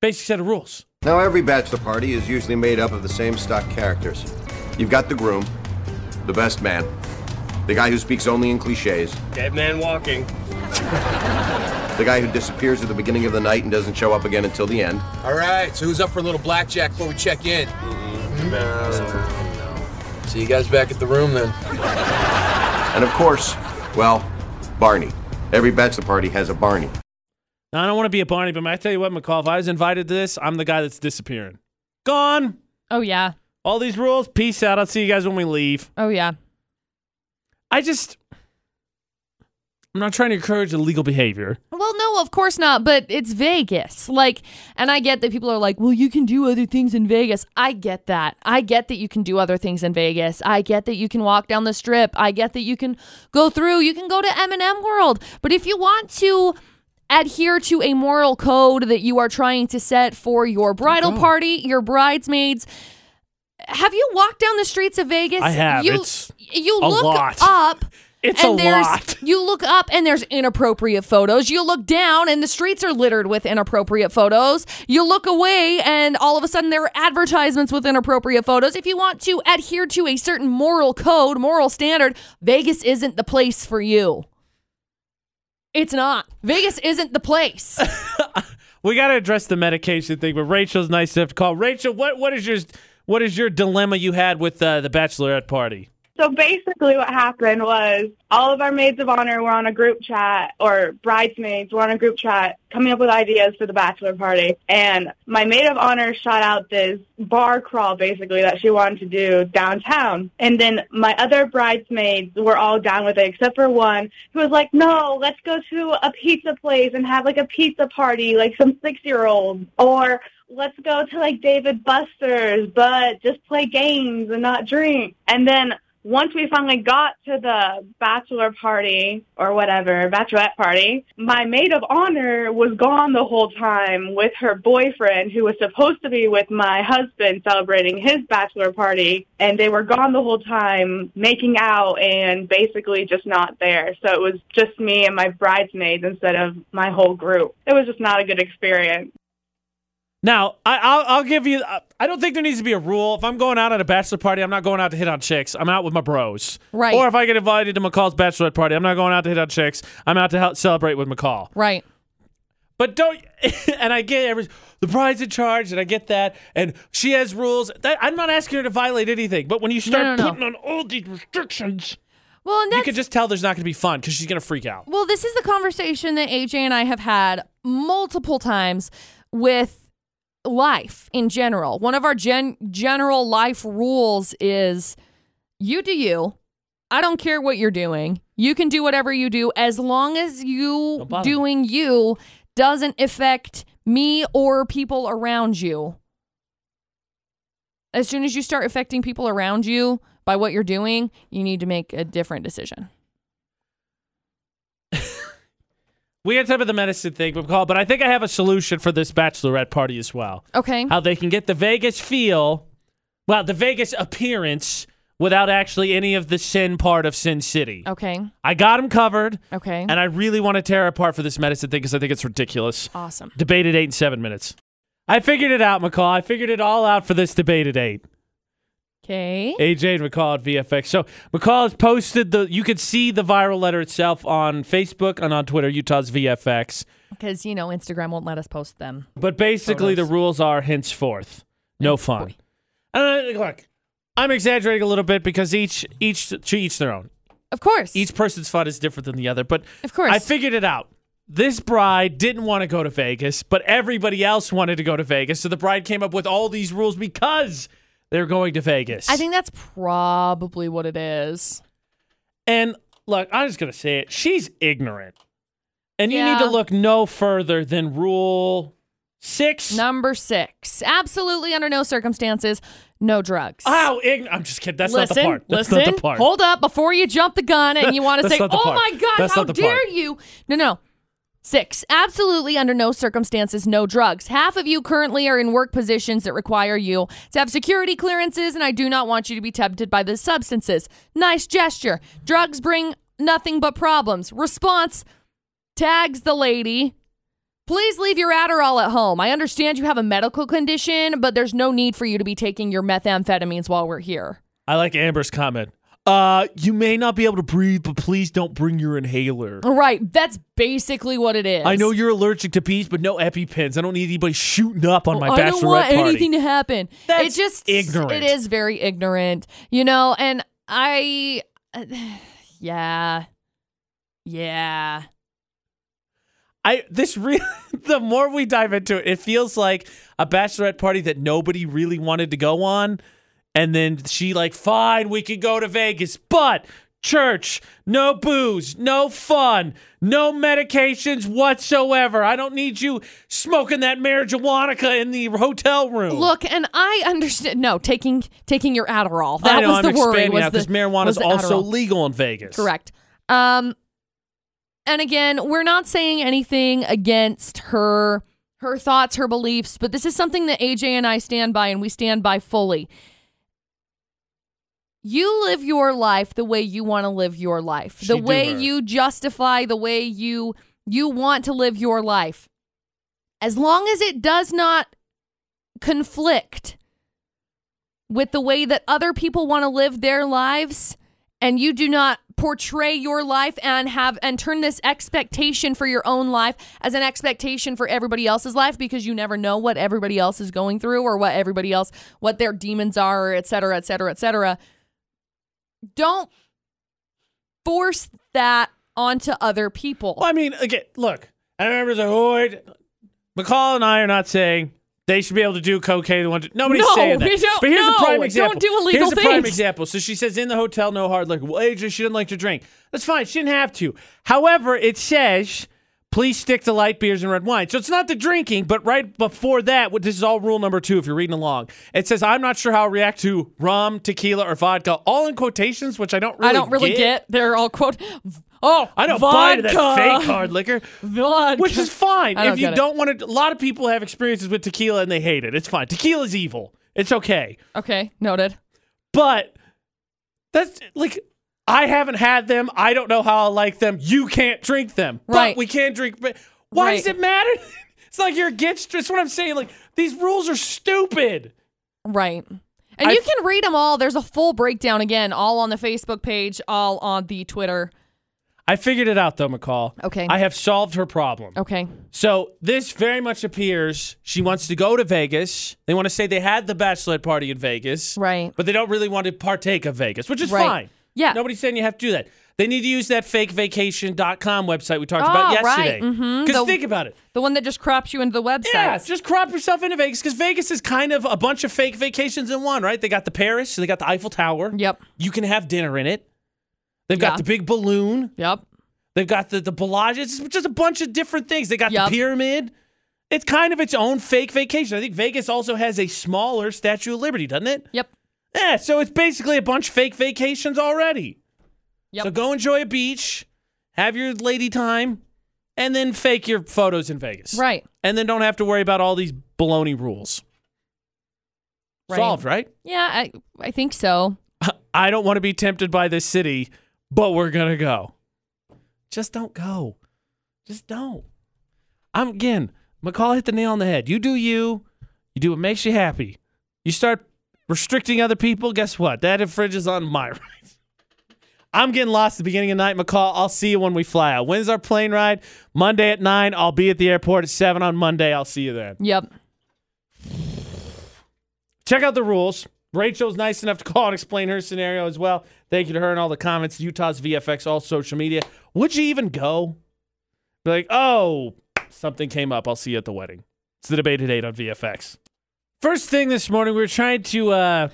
basic set of rules.
Now, every bachelor party is usually made up of the same stock characters. You've got the groom, the best man, the guy who speaks only in cliches,
Dead man walking.
the guy who disappears at the beginning of the night and doesn't show up again until the end.
All right, so who's up for a little blackjack before we check in?
Mm-hmm.
See you guys back at the room then. and of course, well, Barney. Every bachelor party has a Barney.
Now, I don't want to be a Barney, but I tell you what, McCall, if I was invited to this, I'm the guy that's disappearing. Gone.
Oh yeah.
All these rules, peace out. I'll see you guys when we leave.
Oh yeah.
I just I'm not trying to encourage illegal behavior.
Well, no, of course not, but it's Vegas. Like, and I get that people are like, well, you can do other things in Vegas. I get that. I get that you can do other things in Vegas. I get that you can walk down the strip. I get that you can go through, you can go to M&M World. But if you want to adhere to a moral code that you are trying to set for your bridal party, your bridesmaids, have you walked down the streets of Vegas?
I have.
You,
It's
you
a
look
lot.
up.
It's
and
a
there's,
lot. *laughs*
You look up and there's inappropriate photos. You look down and the streets are littered with inappropriate photos. You look away and all of a sudden there are advertisements with inappropriate photos. If you want to adhere to a certain moral code, moral standard, Vegas isn't the place for you. It's not. Vegas isn't
*laughs*
the place.
We got to address the medication thing, but Rachel's nice enough to call. Rachel, what what is your what is your dilemma you had with uh, the bachelorette party?
So basically, what happened was all of our maids of honor were on a group chat, or bridesmaids were on a group chat, coming up with ideas for the bachelor party. And my maid of honor shot out this bar crawl, basically, that she wanted to do downtown. And then my other bridesmaids were all down with it, except for one who was like, no, let's go to a pizza place and have like a pizza party, like some six-year-olds. Or let's go to like David Buster's, but just play games and not drink. And then once we finally got to the bachelor party or whatever, bachelorette party, my maid of honor was gone the whole time with her boyfriend who was supposed to be with my husband celebrating his bachelor party. And they were gone the whole time making out and basically just not there. So it was just me and my bridesmaids instead of my whole group. It was just not a good experience.
Now, I, I'll, I'll give you. I don't think there needs to be a rule. If I'm going out at a bachelor party, I'm not going out to hit on chicks. I'm out with my bros.
Right.
Or if I get invited to McCall's bachelorette party, I'm not going out to hit on chicks. I'm out to help celebrate with McCall.
right.
But don't. *laughs* And I get every. The bride's in charge, and I get that. And she has rules. That, I'm not asking her to violate anything. But when you start
no, no.
putting on all these restrictions,
Well, and
you can just tell there's not going to be fun because she's going to freak out.
Well, this is the conversation that AJ and I have had multiple times with life in general. One of our gen- general life rules is you do you. I don't care what you're doing. You can do whatever you do as long as you
bother me.
doing you doesn't affect me or people around you. As soon as you start affecting people around you by what you're doing, you need to make a different decision.
We had type of the medicine thing, but call. But I think I have a solution for this bachelorette party as well.
Okay.
How they can get the Vegas feel, well, the Vegas appearance without actually any of the sin part of Sin City.
Okay.
I got him covered,
Oh. Okay.
and I really want to tear apart for this medicine thing because I think it's ridiculous.
awesome.
Debated eight and seven minutes. I figured it out, McCall. I figured it all out for this debate at eight.
Okay.
AJ and McCall at VFX. So McCall has posted the. You could see the viral letter itself on Facebook and on Twitter. Utah's VFX.
Because, you know, Instagram won't let us post them.
But basically, the rules are henceforth no fun. Uh, look, I'm exaggerating a little bit because each each to each their own.
Of course,
each person's fun is different than the other. But
of course,
I figured it out. This bride didn't want to go to Vegas, but everybody else wanted to go to Vegas. So the bride came up with all these rules because they're going to Vegas.
I think that's probably what it is.
And look, I'm just gonna say it. She's ignorant, and you need
Yeah.
to look no further than Rule Six.
Number six. Absolutely under no circumstances, no drugs.
How ignorant? I'm just kidding. That's
listen,
not the part. That's
listen,
not the part.
hold up before you jump the gun and you want to
That's
say,
not the
oh
part.
my God,
That's
how
not the
dare
part.
you? No, no. Six, absolutely under no circumstances, no drugs. Half of you currently are in work positions that require you to have security clearances, and I do not want you to be tempted by the substances. Nice gesture. Drugs bring nothing but problems. Response tags the lady. Please leave your Adderall at home. I understand you have a medical condition, but there's no need for you to be taking your methamphetamines while we're here.
I like Amber's comment. Uh, you may not be able to breathe, but please don't bring your inhaler.
Right. That's basically what it is.
I know you're allergic to peas, but no EpiPens. I don't need anybody shooting up on my
Oh, I
bachelorette
don't want
party.
anything to happen. That's it just
ignorant.
It is very ignorant, you know. And I, *sighs* yeah, yeah.
I this really *laughs* the more we dive into it, it feels like a bachelorette party that nobody really wanted to go on, and then she like, fine, we could go to Vegas, but church, no booze, no fun, no medications whatsoever. I don't need you smoking that marijuana in the hotel room.
Look, and I understand. No, taking taking your Adderall.
I
That
know
was
I'm
the worry.
expanding
Was
out
the
because marijuana
was
is
the
also
Adderall.
legal in Vegas.
Correct. Um, and again, we're not saying anything against her her thoughts, her beliefs, but this is something that AJ and I stand by, and we stand by fully. You live your life the way you want to live your life, the
do
way
her.
you justify, the way you you want to live your life. As long as it does not conflict with the way that other people want to live their lives and you do not portray your life and have and turn this expectation for your own life as an expectation for everybody else's life because you never know what everybody else is going through or what everybody else what their demons are et cetera et cetera et cetera don't force that onto other people
Well, I mean, again, look, I remember the Hoyd. McCall and I are not saying they should be able to do cocaine. They want to- Nobody's
No,
saying that.
we don't-
but here's
no,
a prime
don't
example.
do illegal
here's a prime
things.
example. So she says in the hotel, no hard liquor. Well, AJ, she didn't like to drink. That's fine. She didn't have to. However, it says. Please stick to light beers and red wine. So it's not the drinking, but right before that, what- this is all rule number two if you're reading along. It says, I'm not sure how I react to rum, tequila, or vodka, all in quotations, which I don't really
i don't really get. they're all quote oh
I don't buy
vodka.
into that fake hard liquor,
*laughs*
which is fine.
I don't
If you
get it.
don't want to, a lot of people have experiences with tequila and they hate it. It's fine. Tequila's evil. It's okay.
okay noted
But that's like I haven't had them. I don't know how I like them. You can't drink them.
Right.
But we can drink. But why does
Right.
it matter? *laughs* it's like you're against. That's what I'm saying. Like these rules are stupid.
Right. And
I-
you can read them all. There's a full breakdown again, all on the Facebook page, all on the Twitter.
I figured it out though, McCall.
Okay.
I have solved her problem.
Okay.
So this very much appears she wants to go to Vegas. They want to say they had the bachelorette party in Vegas.
Right.
But they don't really want to partake of Vegas, which is
Right.
fine.
Yeah.
Nobody's saying you have to do that. They need to use that fakevacation.com website we talked
Oh,
about yesterday.
right. Mhm.
Because
The-
think about it.
The one that just crops you into the website.
Yeah, just crop yourself into Vegas because Vegas is kind of a bunch of fake vacations in one, right? They got the Paris, they got the Eiffel Tower.
Yep.
You can have dinner in it. They've got
Yeah.
the big balloon.
Yep.
They've got the the Bellagio. It's just a bunch of different things. They got
Yep.
the pyramid. It's kind of its own fake vacation. I think Vegas also has a smaller Statue of Liberty, doesn't it?
Yep.
Yeah, so it's basically a bunch of fake vacations already.
Yep.
So go enjoy a beach, have your lady time, and then fake your photos in Vegas.
Right.
And then don't have to worry about all these baloney rules. Solved, right?
Yeah, I, I think so.
*laughs* I don't want to be tempted by this city, but we're gonna go. Just don't go. Just don't. I'm again, McCall hit the nail on the head. You do you, you do what makes you happy. You start restricting other people, guess what? That infringes on my *laughs* rights. I'm getting lost at the beginning of the night, McCall. I'll see you when we fly out. When's our plane ride? Monday at nine. I'll be at the airport at seven on Monday. I'll see you then.
Yep.
Check out the rules. Rachel's nice enough to call and explain her scenario as well. Thank you to her and all the comments. Utah's VFX, all social media. Would you even go? Be like, oh, something came up. I'll see you at the wedding. It's the debate at 8 on VFX. First thing this morning, we were trying to uh,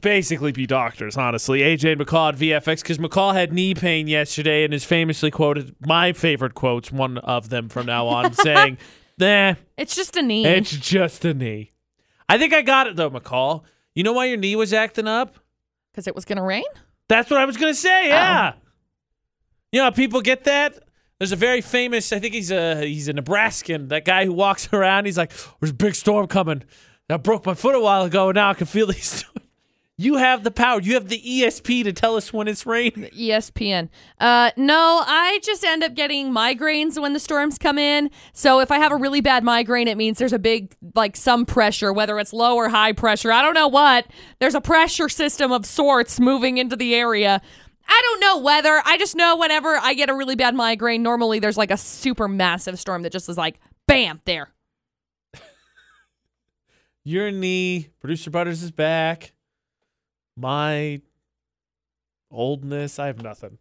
basically be doctors, honestly. AJ and McCall at VFX, because McCall had knee pain yesterday and is famously quoted my favorite quotes, one of them from now on, saying, nah,
It's just a knee.
it's just a knee. I think I got it though, McCall. You know why your knee was acting up?
Because it was going to rain?
That's what I was gonna say. Yeah. You know, how people get that. There's a very famous. I think he's a he's a Nebraskan. That guy who walks *laughs* around. He's like, "There's a big storm coming. I broke my foot a while ago, and now I can feel these." *laughs* you have the power. You have the ESP to tell us when it's raining.
E ESPN. Uh, no, I just end up getting migraines when the storms come in. So if I have a really bad migraine, it means there's a big, like, some pressure, whether it's low or high pressure. I don't know what. There's a pressure system of sorts moving into the area. I don't know whether. I just know whenever I get a really bad migraine, normally there's like a super massive storm that just is like, bam, there.
Your knee. Producer Butters is back. My oldness. I have nothing.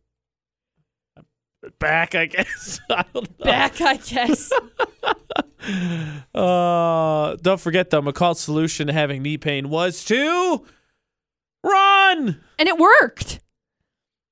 Back, I guess. *laughs* I don't know.
Back, I guess.
Uh, don't forget though, McCall's solution to having knee pain was to run.
and it worked.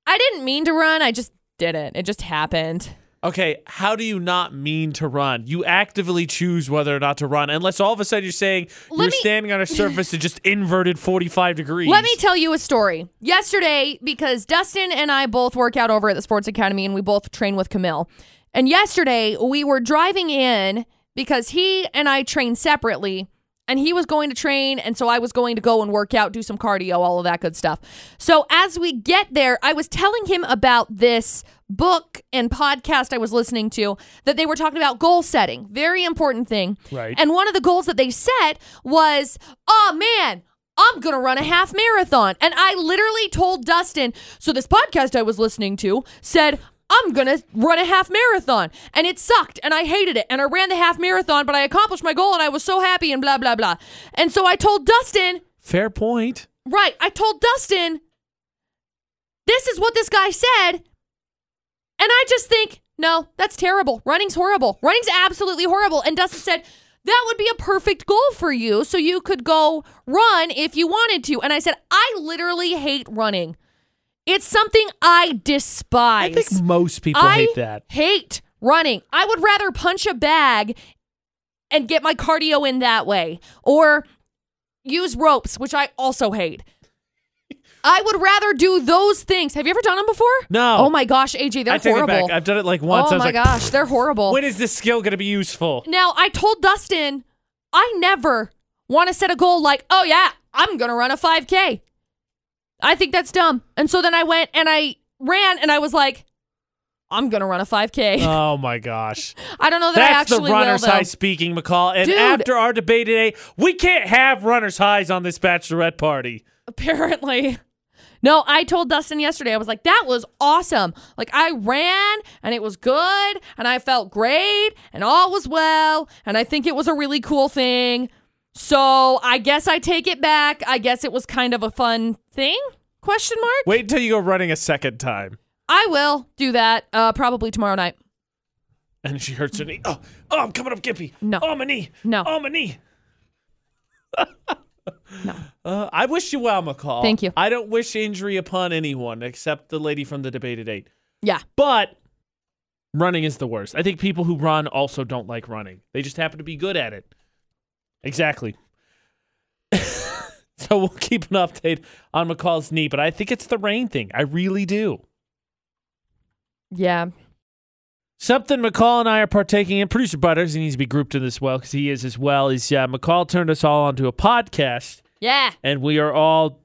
I didn't mean to run. I just didn't. It just happened.
Okay, how do you not mean to run? You actively choose whether or not to run, unless all of a sudden you're saying you're
me-
standing on a surface that just inverted 45 degrees.
Let me tell you a story. Yesterday, because Dustin and I both work out over at the Sports Academy and we both train with Camille. And yesterday, we were driving in because he and I train separately and he was going to train. And so I was going to go and work out, do some cardio, all of that good stuff. So as we get there, I was telling him about this book and podcast I was listening to that they were talking about goal setting, very important thing.
Right.
And one of the goals that they set was, oh man, I'm going to run a half marathon. And I literally told Dustin, so this podcast I was listening to said, I'm going to run a half marathon. And it sucked and I hated it. And I ran the half marathon, but I accomplished my goal and I was so happy and blah, blah, blah. And so I told Dustin,
Fair point.
right, I told Dustin, this is what this guy said. And I just think, no, that's terrible. Running's horrible. Running's absolutely horrible. And Dustin said, that would be a perfect goal for you. So you could go run if you wanted to. And I said, I literally hate running. It's something I despise.
I think most people
I
hate that.
hate running. I would rather punch a bag and get my cardio in that way or use ropes, which I also hate. I would rather do those things. Have you ever done them before?
No.
Oh my gosh, AJ, they're
I take
horrible.
it back. I've done it like once.
Oh
I was
my
like,
gosh, they're horrible.
When is this skill going to be
*laughs*
useful?
Now, I told Dustin, I never want to set a goal like, oh, yeah, I'm going to run a 5K. I think that's dumb. And so then I went and I ran and I was like, I'm going to run a 5K.
Oh my
*laughs*
gosh.
I don't know Oh, that I
That's the
actually will,
runner's
though.
high speaking, McCall. And
Dude.
after our debate today, we can't have runner's highs on this bachelorette party.
Apparently. No, I told Dustin yesterday, I was like, that was awesome. Like, I ran and it was good and I felt great and all was well. And I think it was a really cool thing. So I guess I take it back. I guess it was kind of a fun thing? Question mark?
Wait until you go running a second time.
I will do that uh, probably tomorrow night.
And she hurts her knee. Oh, oh, I'm coming up gimpy.
No.
Oh, my knee.
No.
Oh, my knee. no. *laughs* Uh, I wish you well, McCall.
Thank you.
I don't wish injury upon anyone except the lady from the debate at eight.
Yeah.
But Running is the worst. I think people who run also don't like running. They just happen to be good at it. Exactly. *laughs* so we'll keep an update on McCall's knee, but I think it's the rain thing. I really do.
Yeah.
Something McCall and I are partaking in. Producer Butters, he needs to be grouped in this well because he is as well. Is uh, McCall turned us all onto a podcast,
Yeah.
and we are all,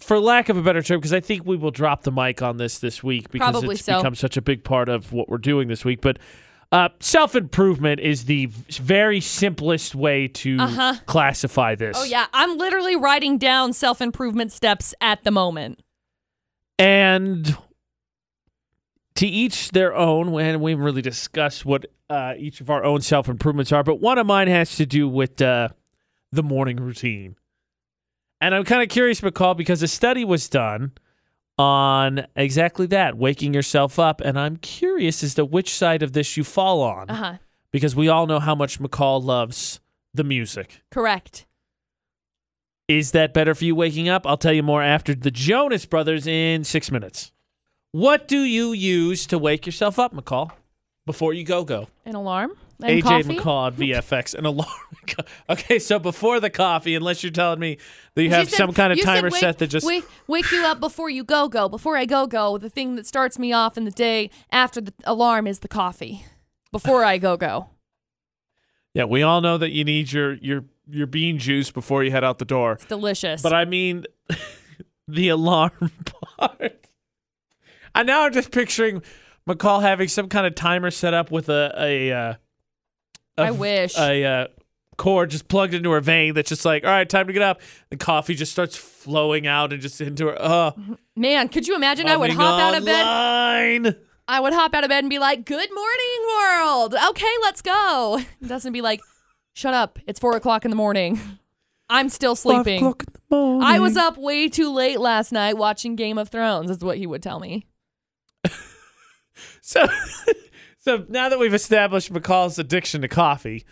for lack of a better term, because I think we will drop the mic on this this week because
Probably
it's
so.
become such a big part of what we're doing this week. But uh, self improvement is the v- very simplest way to
Uh-huh.
classify this.
Oh yeah, I'm literally writing down self-improvement steps at the moment.
and to each their own and we haven't really discussed what uh, each of our own self-improvements are but one of mine has to do with uh, the morning routine and i'm kind of curious mccall because a study was done on exactly that waking yourself up and i'm curious as to which side of this you fall on
Uh-huh.
because we all know how much mccall loves the music
Correct.
is that better for you waking up? I'll tell you more after the Jonas Brothers in six minutes. What do you use to wake yourself up, McCall, before you go go?
An alarm
AJ
and coffee.
McCall at VFX, an alarm. *laughs* okay, so before the coffee, unless you're telling me that you
She
have
said-
some kind of
you said
timer
wake-
set that just.
wake, wake you up before you go go. Before I go go, the thing that starts me off in the day after the alarm is the coffee. Before I go go.
Yeah, we all know that you need your your your bean juice before you head out the door.
Delicious.
But I mean, *laughs* the alarm *laughs* part. And now I'm just picturing McCall having some kind of timer set up with a a. Uh, a
I wish.
a uh, cord just plugged into her vein. That's just like, all right, time to get up. The coffee just starts flowing out and just into her. Oh,
Man, could you imagine I would hop out of bed?
bed.
I would hop out of bed and be like, Good morning, world. Okay, let's go. *laughs* Dustin be like, Shut up. It's four o'clock in the morning. I'm still sleeping. I was uh, up way too late last night watching Game of Thrones, is what he would tell me.
So, *laughs* so now that we've established McCall's addiction to coffee,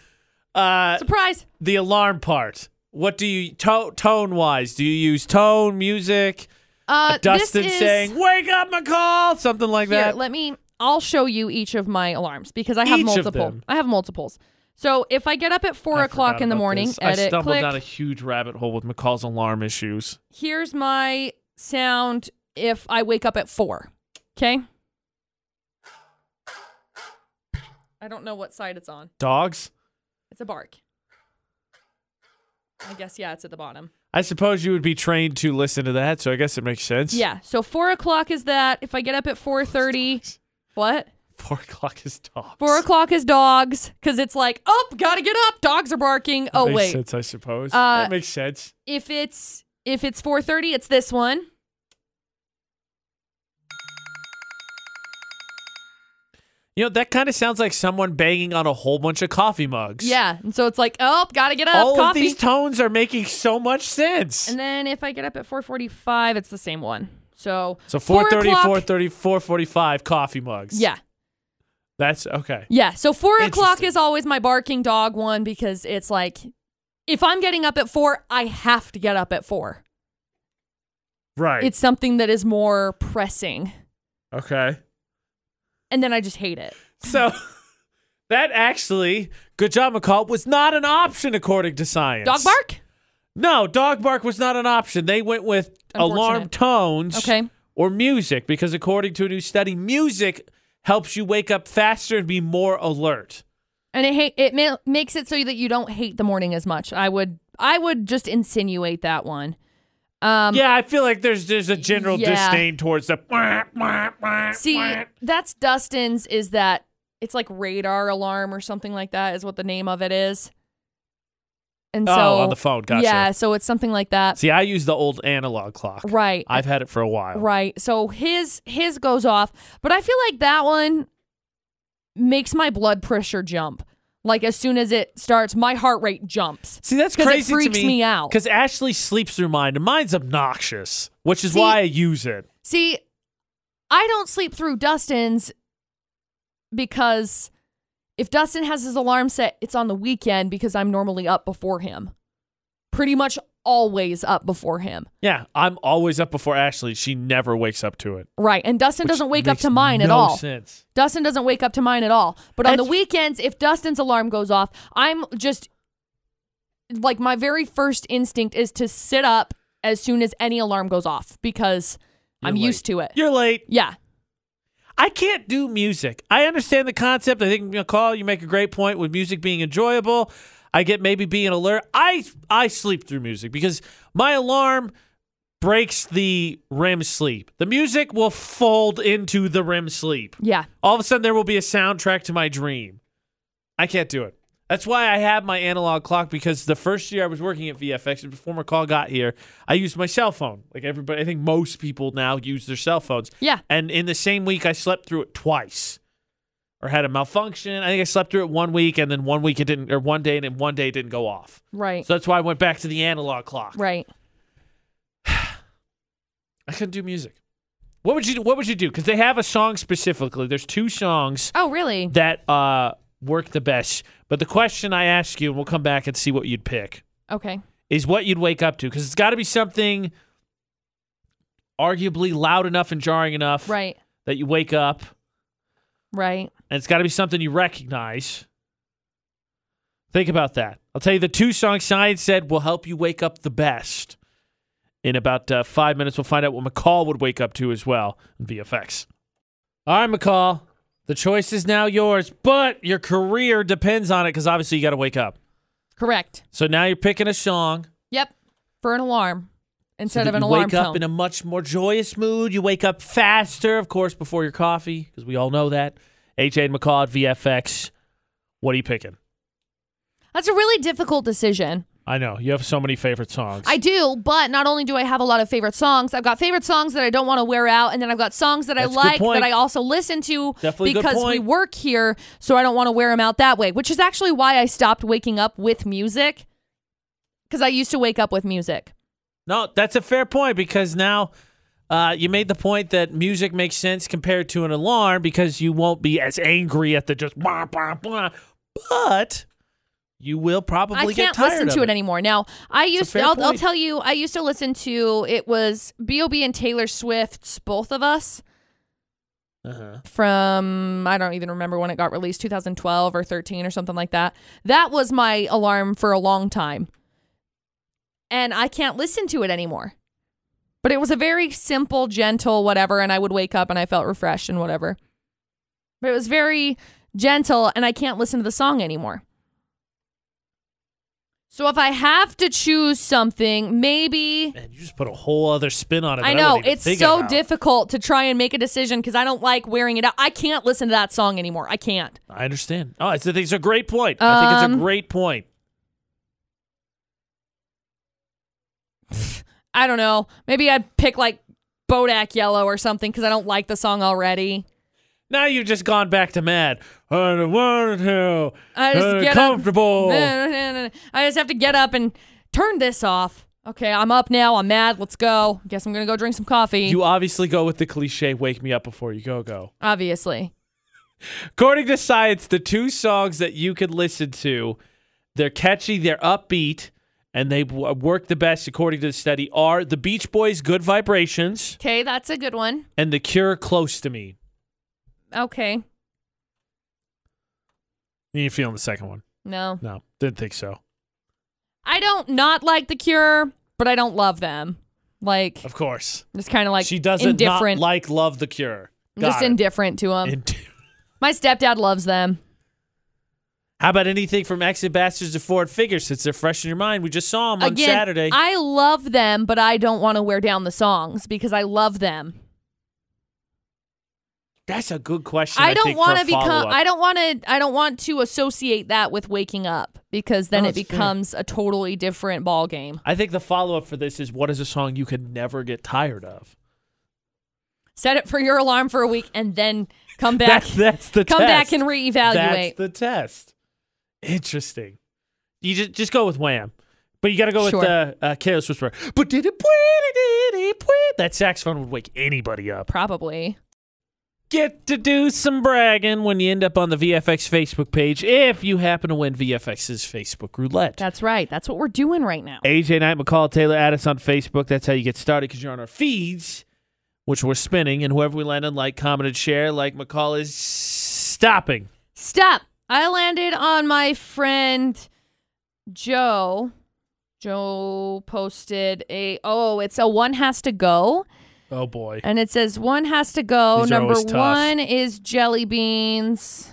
uh,
surprise
the alarm part. What do you to- tone wise? Do you use tone music?
Uh, this
Dustin
is-
saying "Wake up, McCall," something like
Here,
that.
let me. I'll show you each of my alarms because I have
Each of
multiple.
them.
I have multiples. So if I get up at four o'clock
Forgot
in the
about
morning,
this. I
edit,
stumbled
click.
down a huge rabbit hole with McCall's alarm issues.
Here's my sound if I wake up at four. Okay. I don't know what side it's on.
Dogs.
It's a bark. I guess yeah, it's at the bottom.
I suppose you would be trained to listen to that, so I guess it makes sense.
Yeah. So four o'clock is that. If I get up at four thirty, what?
*laughs* Four o'clock is dog.
Four o'clock is dogs because it's like, oh, gotta get up. Dogs are barking. Oh
makes
wait.
sense, I suppose.
Uh,
that makes sense.
If it's if it's four thirty, it's this one.
You know, that kind of sounds like someone banging on a whole bunch of coffee mugs.
Yeah. And so it's like, oh, gotta get up.
All
coffee.
of these tones are making so much sense.
and then if I get up at four forty five, it's the same one. So
So 430,
4:30,
430, 445 coffee mugs.
Yeah.
That's okay.
Yeah. So four o'clock is always my barking dog one because it's like if I'm getting up at four, I have to get up at four.
Right.
It's something that is more pressing.
okay.
And then I just hate it.
So *laughs* that actually, good job, McCall, was not an option according to science.
Dog bark?
No, dog bark was not an option. They went with alarm
Unfortunate.
tones
Okay.
or music because, according to a new study, music helps you wake up faster and be more alert.
And it ha- it ma- makes it so that you don't hate the morning as much. I would I would just insinuate that one. Um,
yeah, I feel like there's there's a general
yeah.
disdain towards the.
See, that's Dustin's. Is that it's like radar alarm or something like that? Is what the name of it is. And
Oh,
so
on the phone, gotcha.
Yeah, so it's something like that.
See, I use the old analog clock.
Right.
I've had it for a while.
Right. So his his goes off, but I feel like that one makes my blood pressure jump. Like as soon as it starts, my heart rate jumps.
See, that's
'Cause
crazy
It freaks
to me,
me out.
Because Ashley sleeps through mine, and mine's obnoxious, which is
See-
why I use it.
See, I don't sleep through Dustin's because if Dustin has his alarm set, it's on the weekend because I'm normally up before him. Pretty much always up before him.
Yeah, I'm always up before Ashley. She never wakes up to it.
Right. And Dustin doesn't wake up to mine at
no
all.
sense.
Dustin doesn't wake up to mine at all. But on the weekends, if Dustin's alarm goes off, I'm just like my very first instinct is to sit up as soon as any alarm goes off because I'm used to it.
You're late.
Yeah.
I can't do music. I understand the concept. I think you call. You make a great point with music being enjoyable. I get maybe being alert. I I sleep through music because my alarm breaks the REM sleep. The music will fold into the REM sleep.
Yeah.
All of a sudden, there will be a soundtrack to my dream. I can't do it. That's why I have my analog clock because the first year I was working at VFX, and before my call got here, I used my cell phone. Like everybody, I think most people now use their cell phones.
Yeah.
And in the same week, I slept through it twice or had a malfunction. I think I slept through it one week and then one week it didn't, or one day and then one day it didn't go off.
Right.
So that's why I went back to the analog clock.
right.
I couldn't do music. What would you do? What would you do? Because they have a song specifically. There's two songs
Oh, really?
that uh, work the best. But the question I ask you, and we'll come back and see what you'd pick,
okay.
is what you'd wake up to. Because it's got to be something arguably loud enough and jarring enough
Right.
that you wake up,
Right.
and it's got to be something you recognize. Think about that. I'll tell you the two songs science said will help you wake up the best. In about uh, five minutes, we'll find out what McCall would wake up to as well in VFX. All right, McCall, the choice is now yours, but your career depends on it because obviously you got to wake up.
Correct.
So now you're picking a song.
Yep. For an alarm instead
that
of an
you
alarm
wake up
tone.
in a much more joyous mood. You wake up faster, of course, before your coffee because we all know that. AJ and McCall at VFX. What are you picking?
That's a really difficult decision.
I know you have so many favorite songs.
I do, but not only do I have a lot of favorite songs, I've got favorite songs that I don't want to wear out, and then I've got songs that
That's a good
I like
point.
that I also listen to
Definitely a good
because we
point.
work here, so I don't want to wear them out that way, which is actually why I stopped waking up with music because I used to wake up with music.
no, that's a fair point because now uh, you made the point that music makes sense compared to an alarm because you won't be as angry at the just blah blah blah, but you will probably
I
get
can't
tired
listen
of
to it. anymore. Now, I used
fair
I'll, I'll
point.
tell you, I used to listen to it was B.O.B. and Taylor Swift's Both of Us
Uh-huh.
from I don't even remember when it got released, 2012 or 13 or something like that. That was my alarm for a long time. And I can't listen to it anymore. But it was a very simple, gentle whatever and I would wake up and I felt refreshed and whatever. But it was very gentle and I can't listen to the song anymore. So if I have to choose something, maybe
You just put a whole other spin on it.
I
that
know
wasn't even
it's
thinking
so
about.
difficult to try and make a decision because I don't like wearing it out. I can't listen to that song anymore. I can't.
I understand. Oh, it's, it's a great point. I think it's
Um,
a great point.
I don't know. Maybe I'd pick like Bodak Yellow or something because I don't like the song already.
Now you've just gone back to mad. I don't want to.
I just
I'm
get
comfortable.
Up. *laughs* I just have to get up and turn this off. Okay, I'm up now. I'm mad. Let's go. Guess I'm gonna go drink some coffee.
You obviously go with the cliche "Wake me up before you go go."
Obviously,
According to science, the two songs that you could listen to, they're catchy, they're upbeat, and they w- work the best according to the study are the Beach Boys' "Good Vibrations"
okay, that's a good one.
and the Cure "Close to Me."
Okay,
You feeling the second one?
no,
No, didn't think so.
I don't not like The Cure, but I don't love them. Like,
Of course,
just kind of like
she doesn't not
indifferent.
like "Love the Cure."
I'm just
Got it.
indifferent to them.
Ind-
My stepdad loves them.
How about anything from Exit Bastards to Ford Figure since they're fresh in your mind? We just saw them on
Again,
Saturday.
I love them, but I don't want to wear down the songs because I love them.
That's a good question.
I don't
want to
become. I don't want to. I don't want to associate that with waking up because then
No,
it
it's Oh, fair.
becomes a totally different ball game.
I think the follow up for this is what is a song you could never get tired of?
Set it for your alarm for a week and then
*laughs*
come back.
That's that's the
come back
test.
and reevaluate.
That's the test. Interesting. You just just go with Wham, but you got to go
Sure.
with uh, uh, Careless Whisper. But did it? That saxophone would wake anybody up.
Probably.
get to do some bragging when you end up on the VFX Facebook page if you happen to win VFX's Facebook roulette.
That's right. That's what we're doing right now.
AJ Knight, McCall Taylor, add us on Facebook. That's how you get started because you're on our feeds, which we're spinning, and whoever we land on, like, comment, and share, like McCall is stopping.
Stop. I landed on my friend Joe. Joe posted a oh, it's a one has to go.
Oh
*laughs*
boy.
And it says one has to go.
These are
Number
always tough.
one is jelly beans.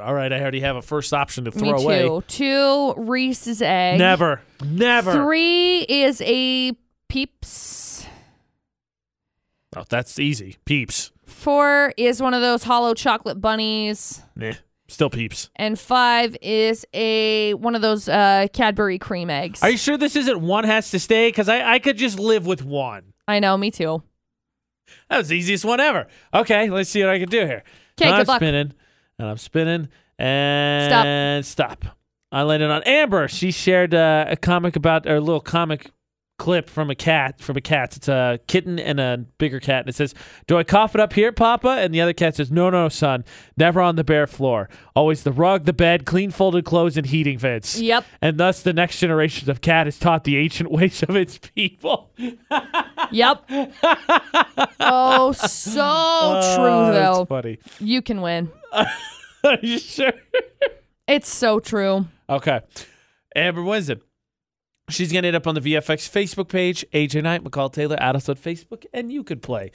All right, I already have a first option to
Me
throw
too.
away.
Two Reese's egg.
Never, never.
Three is a peeps.
Oh, that's easy. Peeps.
Four is one of those hollow chocolate bunnies.
Nah, still peeps.
And five is a one of those uh, Cadbury cream eggs.
Are you sure this isn't one has to stay? Because I, I could just live with one.
I know, me too.
That was the easiest one ever. Okay, let's see what I can do here.
'Kay,
I'm
good luck.
spinning, and I'm spinning, and stop. I landed on Amber. She shared uh, a comic about or a little comic clip from a cat from a cat. It's a kitten and a bigger cat, and it says, "Do I cough it up here, Papa?" And the other cat says, "No, no, son. Never on the bare floor. Always the rug, the bed, clean folded clothes, and heating vents."
Yep.
And thus, the next generation of cat is taught the ancient *laughs* ways of its people.
Yep. *laughs* oh, so true
Oh, that's
though.
funny. *laughs*
You can win.
Are you sure?
It's so true.
Okay. Amber wins it. She's going to end up on the VFX Facebook page, AJ Knight, McCall Taylor, add us on Facebook, and you could play.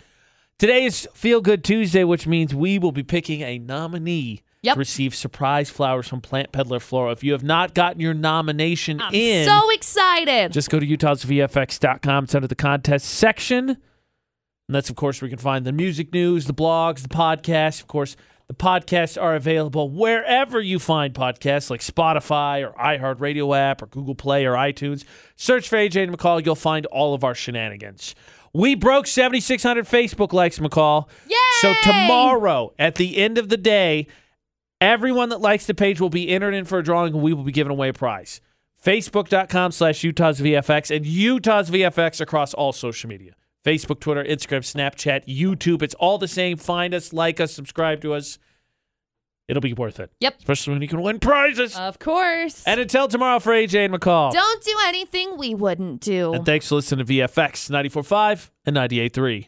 Today is Feel Good Tuesday, which means we will be picking a nominee
Yep.
to receive surprise flowers from Plant Peddler Flora. If you have not gotten your nomination
I'm
in,
so excited.
just go to utahsvfx.com. It's under the contest section. And that's, of course, where you can find the music news, the blogs, the podcasts. Of course, the podcasts are available wherever you find podcasts, like Spotify or iHeartRadio app or Google Play or iTunes. Search for AJ and McCall. You'll find all of our shenanigans. We broke 7,600 Facebook likes, McCall. Yay! So tomorrow, at the end of the day, Everyone that likes the page will be entered in for a drawing, and we will be giving away a prize. Facebook.com slash Utah's VFX and Utah's VFX across all social media Facebook, Twitter, Instagram, Snapchat, YouTube. It's all the same. Find us, like us, subscribe to us. It'll be worth it.
Yep.
Especially when you can win prizes.
Of course.
and until tomorrow for AJ and McCall.
Don't do anything we wouldn't do.
and thanks for listening to VFX 94.5 and 98.3.